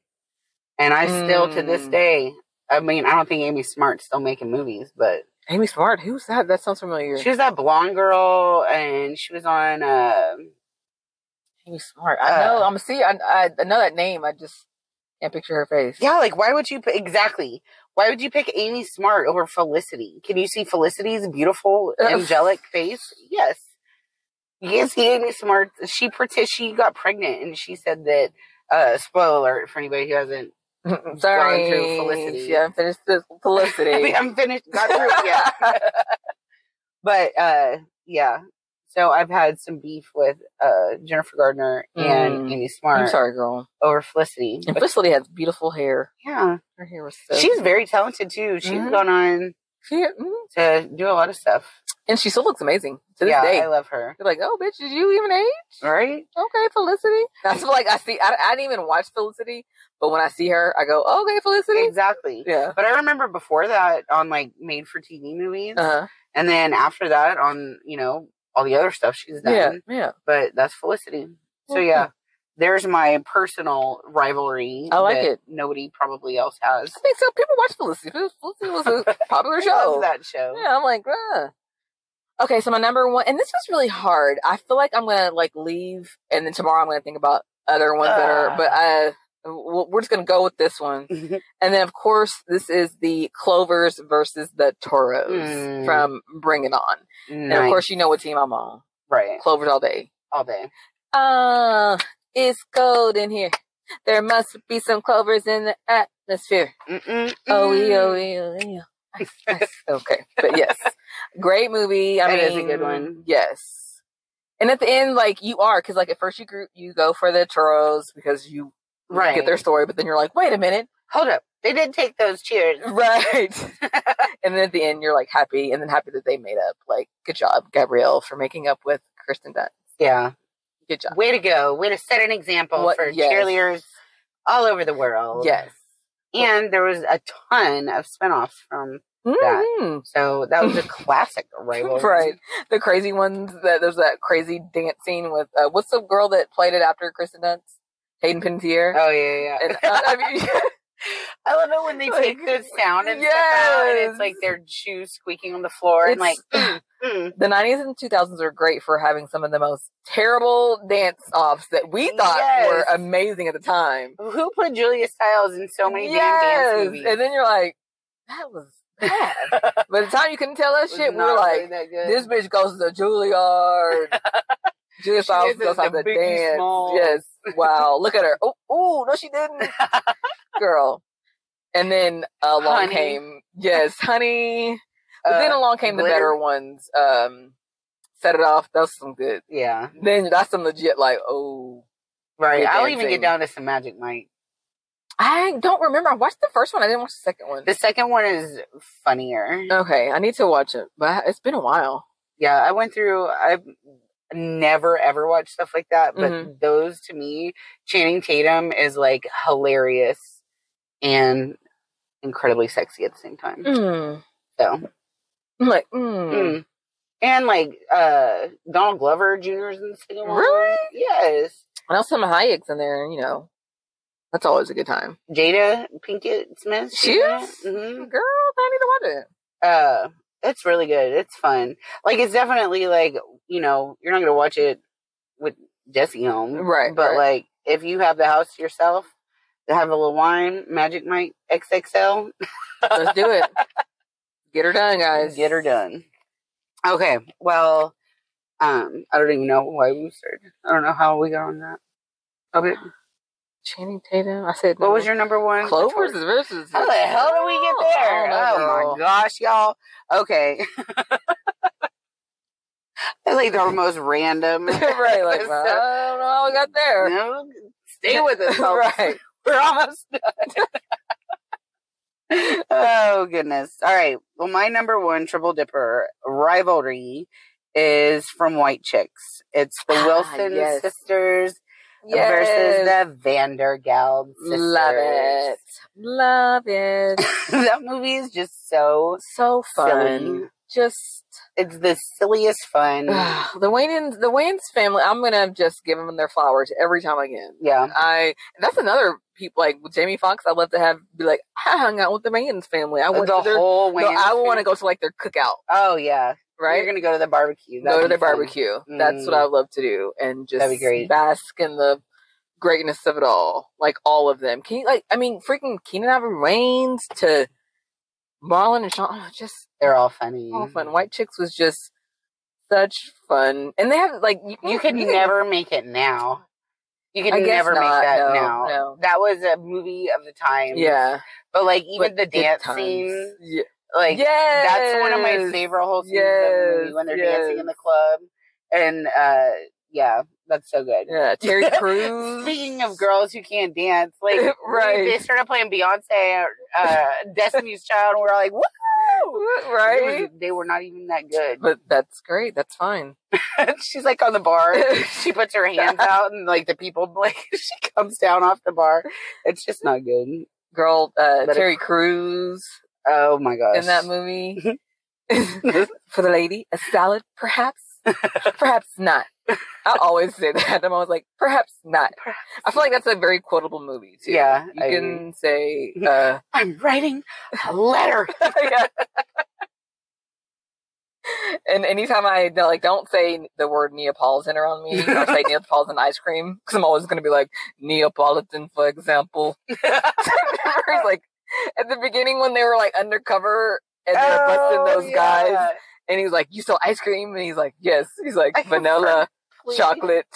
[SPEAKER 2] and I still to this
[SPEAKER 1] Mm.
[SPEAKER 2] day. I mean, I don't think Amy Smart's still making movies, but
[SPEAKER 1] Amy Smart, who's that? That sounds familiar.
[SPEAKER 2] she was that blonde girl, and she was on. Uh,
[SPEAKER 1] Amy Smart. I
[SPEAKER 2] Uh,
[SPEAKER 1] know. I'm see. I, I I know that name. I just can't picture her face.
[SPEAKER 2] Yeah, like why would you p- exactly? Why would you pick Amy Smart over Felicity? Can you see Felicity's beautiful,
[SPEAKER 1] Ugh.
[SPEAKER 2] angelic face? Yes. You can see Amy Smart. She pretend she got pregnant, and she said that. Uh, spoiler alert for anybody who hasn't.
[SPEAKER 1] Sorry,
[SPEAKER 2] Gone through Felicity.
[SPEAKER 1] She haven't finished this
[SPEAKER 2] I
[SPEAKER 1] Felicity.
[SPEAKER 2] am finished. Not through it yet. But uh, yeah. So I've had some beef with uh, Jennifer Gardner and
[SPEAKER 1] Mm.
[SPEAKER 2] Amy
[SPEAKER 1] I'm
[SPEAKER 2] Smart
[SPEAKER 1] sorry, girl.
[SPEAKER 2] over Felicity.
[SPEAKER 1] And
[SPEAKER 2] But,
[SPEAKER 1] Felicity has beautiful hair.
[SPEAKER 2] yeah,
[SPEAKER 1] Her hair was so.
[SPEAKER 2] she's very talented too. She's
[SPEAKER 1] Mhm.
[SPEAKER 2] gone on
[SPEAKER 1] She- mhm.
[SPEAKER 2] to do a lot of stuff.
[SPEAKER 1] and she still looks amazing to this
[SPEAKER 2] yeah,
[SPEAKER 1] day.
[SPEAKER 2] I love her.
[SPEAKER 1] You're like, oh, bitch, did you even age?
[SPEAKER 2] Right?
[SPEAKER 1] Okay, Felicity. That's what, like I see. I, I didn't even watch Felicity, but when I see her, I go, "Oh, okay, Felicity.
[SPEAKER 2] Exactly.
[SPEAKER 1] Yeah.
[SPEAKER 2] But I remember before that on like made for TV movies,
[SPEAKER 1] Uh-huh.
[SPEAKER 2] and then after that on you know all the other stuff she's done.
[SPEAKER 1] Yeah. Yeah.
[SPEAKER 2] But that's Felicity. So
[SPEAKER 1] Okay.
[SPEAKER 2] yeah, there's my personal rivalry.
[SPEAKER 1] I like
[SPEAKER 2] that
[SPEAKER 1] it.
[SPEAKER 2] Nobody probably else has.
[SPEAKER 1] I think so. People watch Felicity. Felicity was a popular
[SPEAKER 2] I love
[SPEAKER 1] show.
[SPEAKER 2] that show.
[SPEAKER 1] Yeah, I'm like, uh. okay. So my number one, and this was really hard. I feel like I'm gonna like leave, and then tomorrow I'm gonna think about other ones that
[SPEAKER 2] Ah.
[SPEAKER 1] are. But uh, w- we're just gonna go with this one, and then of course this is the Clovers versus the Toros
[SPEAKER 2] Mm.
[SPEAKER 1] from Bring It On, and of
[SPEAKER 2] Nice.
[SPEAKER 1] course you know what team I'm on.
[SPEAKER 2] right
[SPEAKER 1] Clovers all day.
[SPEAKER 2] all day.
[SPEAKER 1] Uh, it's cold in here. There must be some clovers in the atmosphere.
[SPEAKER 2] Mm-mm.
[SPEAKER 1] Oh, oh, oh, oh. Nice, nice. Okay, but yes, great movie. I
[SPEAKER 2] It
[SPEAKER 1] mean,
[SPEAKER 2] is a good one.
[SPEAKER 1] Yes, and at the end, like you are, because like at first you group you go for the Toros because you
[SPEAKER 2] Right.
[SPEAKER 1] get their story, but then you're like, wait a minute,
[SPEAKER 2] Hold up, they did take those cheers.
[SPEAKER 1] Mm-hmm. right? and then at the end, you're like happy, and then happy that they made up. Like, good job, Gabrielle, for making up with Kristen Dunst.
[SPEAKER 2] Yeah.
[SPEAKER 1] Good job.
[SPEAKER 2] Way to go. Way to set an example
[SPEAKER 1] What-
[SPEAKER 2] for
[SPEAKER 1] yes.
[SPEAKER 2] cheerleaders all over the world.
[SPEAKER 1] Yes.
[SPEAKER 2] And there was a ton of spinoffs from
[SPEAKER 1] Mhm.
[SPEAKER 2] so that was a classic rivalry.
[SPEAKER 1] Right. The crazy ones that there's that crazy dance scene with uh, what's the girl that played it after Kristen Dunst? Hayden Panettiere.
[SPEAKER 2] Oh yeah, yeah.
[SPEAKER 1] And, uh, I mean,
[SPEAKER 2] I love it when they take
[SPEAKER 1] Like,
[SPEAKER 2] the sound and stuff out, and
[SPEAKER 1] yes.
[SPEAKER 2] it's like their shoes squeaking on the floor and like
[SPEAKER 1] It's-
[SPEAKER 2] mm, mm.
[SPEAKER 1] the 90s and 2000s were great for having some of the most terrible dance offs that we thought
[SPEAKER 2] Yes.
[SPEAKER 1] were amazing at the time.
[SPEAKER 2] who put Julia Stiles in so many damn dance movies?
[SPEAKER 1] And then you're like, that was bad. By the time you couldn't tell that
[SPEAKER 2] It was
[SPEAKER 1] shit, we
[SPEAKER 2] not
[SPEAKER 1] were
[SPEAKER 2] really
[SPEAKER 1] like,
[SPEAKER 2] that good.
[SPEAKER 1] this bitch goes to Juilliard. Julia
[SPEAKER 2] She
[SPEAKER 1] Stiles
[SPEAKER 2] did this
[SPEAKER 1] knows how
[SPEAKER 2] to
[SPEAKER 1] to
[SPEAKER 2] Biggie
[SPEAKER 1] dance.
[SPEAKER 2] Smalls.
[SPEAKER 1] Yes. Wow. Look at her. Oh, ooh, no, she didn't. Girl. And then uh, along
[SPEAKER 2] Honey.
[SPEAKER 1] came, yes, honey. But
[SPEAKER 2] Uh,
[SPEAKER 1] then along came the
[SPEAKER 2] Glitter.
[SPEAKER 1] better ones. Um, set it off. That's some good.
[SPEAKER 2] yeah,
[SPEAKER 1] Then that's some legit, like, oh.
[SPEAKER 2] right.
[SPEAKER 1] Good
[SPEAKER 2] I'll even
[SPEAKER 1] dancing.
[SPEAKER 2] get down to some Magic Mike.
[SPEAKER 1] I don't remember. I watched the first one. I didn't watch the second one.
[SPEAKER 2] The second one is funnier.
[SPEAKER 1] Okay. I need to watch it, but it's been a while.
[SPEAKER 2] Yeah, I went through. I've never ever watched stuff like that, but
[SPEAKER 1] Mhm.
[SPEAKER 2] those to me, Channing Tatum is like hilarious and incredibly sexy at the same time.
[SPEAKER 1] Mm.
[SPEAKER 2] So,
[SPEAKER 1] I'm like, mm.
[SPEAKER 2] mm. and like uh Donald Glover Jr. is in the second one.
[SPEAKER 1] Really?
[SPEAKER 2] Yes.
[SPEAKER 1] And also some Hayek's in there, you know. That's always a good time.
[SPEAKER 2] Jada Pinkett Smith.
[SPEAKER 1] She is?
[SPEAKER 2] hmm
[SPEAKER 1] Girl, I need to watch it.
[SPEAKER 2] Uh, it's really good. It's fun. Like it's definitely like you know you're not gonna watch it with Jesse home,
[SPEAKER 1] Right,
[SPEAKER 2] But
[SPEAKER 1] right.
[SPEAKER 2] like if you have the house to yourself, to have a little wine, Magic Mike XXL,
[SPEAKER 1] Let's do it. Get her done, guys.
[SPEAKER 2] get her done. Okay. Well, um, I don't even know why we started. I don't know how we got on that. Okay.
[SPEAKER 1] Channing Tatum. I said,
[SPEAKER 2] What was your number one?
[SPEAKER 1] Clovers versus?
[SPEAKER 2] How the hell do we get there?
[SPEAKER 1] I don't know,
[SPEAKER 2] Oh
[SPEAKER 1] girl.
[SPEAKER 2] my gosh, y'all. Okay. That's like the most random.
[SPEAKER 1] right, like
[SPEAKER 2] episode.
[SPEAKER 1] I don't know how we got there.
[SPEAKER 2] No, stay with us. folks.
[SPEAKER 1] right.
[SPEAKER 2] We're almost done. oh, goodness. All right. Well, my number one triple dipper rivalry is from White Chicks. It's the
[SPEAKER 1] Ah,
[SPEAKER 2] Wilson
[SPEAKER 1] yes.
[SPEAKER 2] sisters
[SPEAKER 1] Yes.
[SPEAKER 2] versus the Vandergeld sisters.
[SPEAKER 1] Love it. Love it.
[SPEAKER 2] that movie is just so
[SPEAKER 1] so fun.
[SPEAKER 2] Silly.
[SPEAKER 1] Just
[SPEAKER 2] It's the silliest fun.
[SPEAKER 1] the Wayans, the Wayans family. I'm gonna just give them their flowers every time I can.
[SPEAKER 2] yeah.
[SPEAKER 1] I that's another people like with Jamie Foxx. I love to have be like I hung out with the Wayans family. I went
[SPEAKER 2] the
[SPEAKER 1] to their,
[SPEAKER 2] whole
[SPEAKER 1] no,
[SPEAKER 2] Wayans
[SPEAKER 1] I want to
[SPEAKER 2] family-
[SPEAKER 1] go to like their cookout,
[SPEAKER 2] Oh yeah.
[SPEAKER 1] right?
[SPEAKER 2] You're gonna go to the barbecue.
[SPEAKER 1] go to
[SPEAKER 2] That'd
[SPEAKER 1] the
[SPEAKER 2] be fun.
[SPEAKER 1] barbecue. That's what
[SPEAKER 2] Mm.
[SPEAKER 1] I love to do, and just
[SPEAKER 2] That'd be great.
[SPEAKER 1] bask in the greatness of it all. Like all of them. Can you like? I mean, freaking Keenan Ivory Wayans to Marlon and Sean. oh, just
[SPEAKER 2] They're all funny.
[SPEAKER 1] all fun. White Chicks was just such fun, and they have like you,
[SPEAKER 2] You could
[SPEAKER 1] you
[SPEAKER 2] never make it now. You could
[SPEAKER 1] I guess
[SPEAKER 2] never
[SPEAKER 1] not,
[SPEAKER 2] make that
[SPEAKER 1] no,
[SPEAKER 2] now.
[SPEAKER 1] no.
[SPEAKER 2] That was a movie of the time.
[SPEAKER 1] Yeah,
[SPEAKER 2] But like even
[SPEAKER 1] But
[SPEAKER 2] the
[SPEAKER 1] good
[SPEAKER 2] dance
[SPEAKER 1] times.
[SPEAKER 2] scene,
[SPEAKER 1] Yeah.
[SPEAKER 2] like
[SPEAKER 1] yes,
[SPEAKER 2] that's one of my favorite whole scenes of the movie
[SPEAKER 1] Yes,
[SPEAKER 2] when they're dancing
[SPEAKER 1] yes.
[SPEAKER 2] in the club. And uh yeah, that's so good.
[SPEAKER 1] Yeah, Terry Crews.
[SPEAKER 2] Speaking of girls who can't dance, like
[SPEAKER 1] Right.
[SPEAKER 2] they started playing Beyonce, uh, Destiny's Child, and we're like, what? It
[SPEAKER 1] right?
[SPEAKER 2] was- they were not even that good.
[SPEAKER 1] But that's great. That's fine.
[SPEAKER 2] She's like on the bar. She puts her hands out, and like the people, like she comes down off the bar. It's just not good.
[SPEAKER 1] Girl, uh,
[SPEAKER 2] But it-
[SPEAKER 1] Terry Crews
[SPEAKER 2] Oh my gosh!
[SPEAKER 1] in that movie.
[SPEAKER 2] movie,
[SPEAKER 1] For the lady, a salad, perhaps, perhaps not. I always say that. I'm always like, perhaps not. I feel like that's a very quotable movie too.
[SPEAKER 2] Yeah,
[SPEAKER 1] you
[SPEAKER 2] I
[SPEAKER 1] can say. Uh,
[SPEAKER 2] I'm writing a letter.
[SPEAKER 1] yeah. And anytime I they're like, don't say the word Neapolitan around me or say Neapolitan ice cream because I'm always going to be like Neapolitan, for example. It's like at the beginning when they were like undercover and they were
[SPEAKER 2] Oh,
[SPEAKER 1] busting those guys, and he's like, "You sell ice cream?" And he's like, "Yes." He's like,
[SPEAKER 2] I have
[SPEAKER 1] "Vanilla,
[SPEAKER 2] Please.
[SPEAKER 1] chocolate,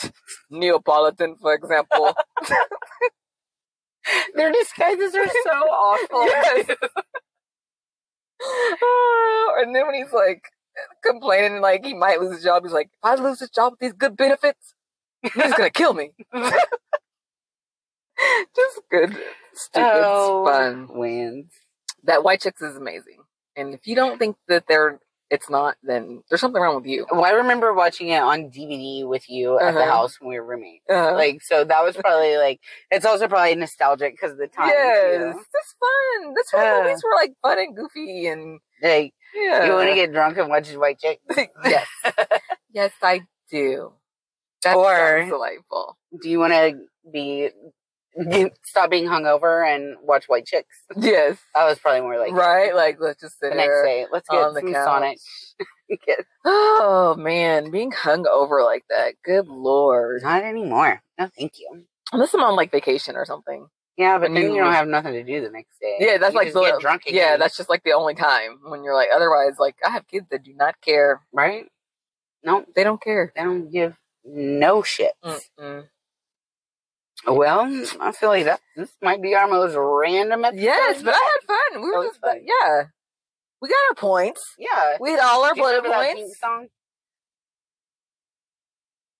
[SPEAKER 1] Neapolitan, for example."
[SPEAKER 2] Their disguises are so awful.
[SPEAKER 1] Yes. Oh, and then when he's like complaining, like he might lose his job, he's like, if I lose this job with these good benefits, he's gonna kill me. Just good, stupid,
[SPEAKER 2] Oh.
[SPEAKER 1] fun.
[SPEAKER 2] Wins.
[SPEAKER 1] That White Chicks is amazing. And if you don't think that they're it's not, then there's something wrong with you.
[SPEAKER 2] Well, I remember watching it on DVD with you at the
[SPEAKER 1] Uh-huh.
[SPEAKER 2] house when we were roommates.
[SPEAKER 1] Uh,
[SPEAKER 2] Like, so that was probably like, it's also probably nostalgic because of the time.
[SPEAKER 1] yes,
[SPEAKER 2] too.
[SPEAKER 1] that's fun. That's when
[SPEAKER 2] Yeah.
[SPEAKER 1] movies were like fun and goofy and
[SPEAKER 2] Like,
[SPEAKER 1] yeah.
[SPEAKER 2] you want to get drunk and watch White Chick? Yes.
[SPEAKER 1] yes, I do. That's
[SPEAKER 2] Or-
[SPEAKER 1] delightful.
[SPEAKER 2] Do you want to be, stop being hungover and watch White Chicks?
[SPEAKER 1] Yes,
[SPEAKER 2] That was probably more like
[SPEAKER 1] right. Oh, Like let's just sit
[SPEAKER 2] the
[SPEAKER 1] there.
[SPEAKER 2] next day. Let's get
[SPEAKER 1] on the
[SPEAKER 2] some
[SPEAKER 1] couch.
[SPEAKER 2] Sonic. Get-
[SPEAKER 1] Oh man, being hung over like that. Good lord.
[SPEAKER 2] Not anymore. No, thank you.
[SPEAKER 1] Unless I'm on like vacation or something.
[SPEAKER 2] Yeah, but
[SPEAKER 1] And
[SPEAKER 2] then you
[SPEAKER 1] you-
[SPEAKER 2] don't have nothing to do the next day.
[SPEAKER 1] Yeah, that's
[SPEAKER 2] You
[SPEAKER 1] like
[SPEAKER 2] just
[SPEAKER 1] the-
[SPEAKER 2] get drunk again.
[SPEAKER 1] Yeah, that's just like the only time when you're like. Otherwise, like I have kids that do not care.
[SPEAKER 2] right. No,
[SPEAKER 1] They don't care.
[SPEAKER 2] they don't give no shit.
[SPEAKER 1] Mm. Mm-mm.
[SPEAKER 2] Well, I feel like that this might be our most random. Episode
[SPEAKER 1] Yes, but I had fun. We
[SPEAKER 2] That
[SPEAKER 1] were
[SPEAKER 2] was
[SPEAKER 1] just
[SPEAKER 2] fun.
[SPEAKER 1] yeah. We got our points.
[SPEAKER 2] yeah.
[SPEAKER 1] We had all our
[SPEAKER 2] Do you
[SPEAKER 1] bullet
[SPEAKER 2] remember that theme
[SPEAKER 1] points.
[SPEAKER 2] song?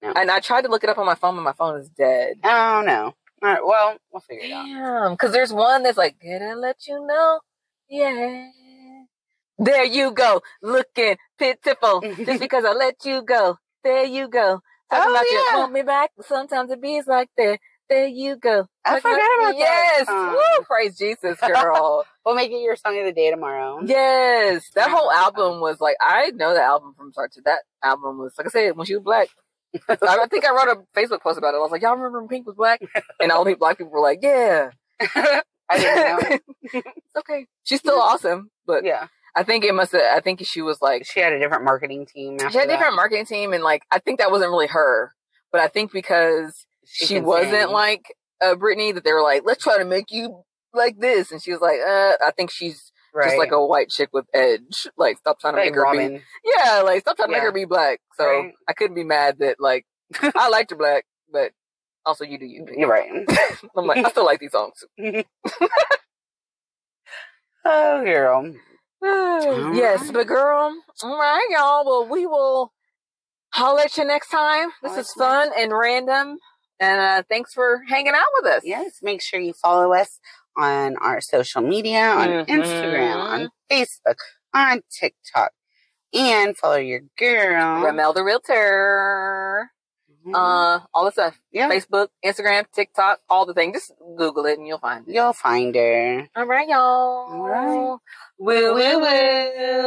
[SPEAKER 1] And I tried to look it up on my phone, but my phone is dead.
[SPEAKER 2] Oh no. All right. Well, we'll figure it out.
[SPEAKER 1] Damn, because there's one that's like, gonna let you know, yeah. There you go, looking pitiful. Just because I let you go, there you go. Talking
[SPEAKER 2] Oh,
[SPEAKER 1] about
[SPEAKER 2] yeah.
[SPEAKER 1] you want me back. Sometimes it bees like that. There you go.
[SPEAKER 2] I
[SPEAKER 1] Talking
[SPEAKER 2] forgot about that. um
[SPEAKER 1] yes.
[SPEAKER 2] song.
[SPEAKER 1] Woo, praise Jesus, girl.
[SPEAKER 2] We'll make it your song of the day tomorrow.
[SPEAKER 1] yes, that
[SPEAKER 2] Yeah.
[SPEAKER 1] whole album was like I know the album from start to that album was like I said when she was black. I think I wrote a Facebook post about it. I was like, y'all remember when Pink was black? And all the black people were like, yeah.
[SPEAKER 2] I didn't know.
[SPEAKER 1] It's okay. She's still awesome, but
[SPEAKER 2] yeah.
[SPEAKER 1] I think it must have. I think she was like
[SPEAKER 2] She had a different marketing team. After
[SPEAKER 1] she had a
[SPEAKER 2] that.
[SPEAKER 1] different marketing team, and like I think that wasn't really her. But I think because she,
[SPEAKER 2] can
[SPEAKER 1] wasn't
[SPEAKER 2] sing.
[SPEAKER 1] like uh, Britney, that they were like, let's try to make you like this, and she was like, uh, I think she's
[SPEAKER 2] right.
[SPEAKER 1] just like a white chick with edge. Like stop trying to
[SPEAKER 2] like
[SPEAKER 1] make her
[SPEAKER 2] Robin.
[SPEAKER 1] be. Yeah, like stop trying to
[SPEAKER 2] Yeah.
[SPEAKER 1] make her be black. So
[SPEAKER 2] Right.
[SPEAKER 1] I couldn't be mad that like I liked her black, but also you do you.
[SPEAKER 2] You're right.
[SPEAKER 1] I'm like I still like these songs.
[SPEAKER 2] Oh, girl. All
[SPEAKER 1] yes,
[SPEAKER 2] right.
[SPEAKER 1] but girl, all right, y'all. Well, we will holler at you next time. This
[SPEAKER 2] Holler
[SPEAKER 1] is
[SPEAKER 2] at you
[SPEAKER 1] fun and random. And uh, thanks for hanging out with us.
[SPEAKER 2] Yes, make sure you follow us on our social media, on
[SPEAKER 1] Mhm.
[SPEAKER 2] Instagram, on Facebook, on TikTok, and follow your girl.
[SPEAKER 1] Ramel the Realtor.
[SPEAKER 2] Mhm.
[SPEAKER 1] Uh, all the stuff.
[SPEAKER 2] yeah,
[SPEAKER 1] Facebook, Instagram, TikTok, all the thing. Just Google it and you'll find it.
[SPEAKER 2] you'll find her.
[SPEAKER 1] All right, y'all.
[SPEAKER 2] All right.
[SPEAKER 1] Woo, woo, woo.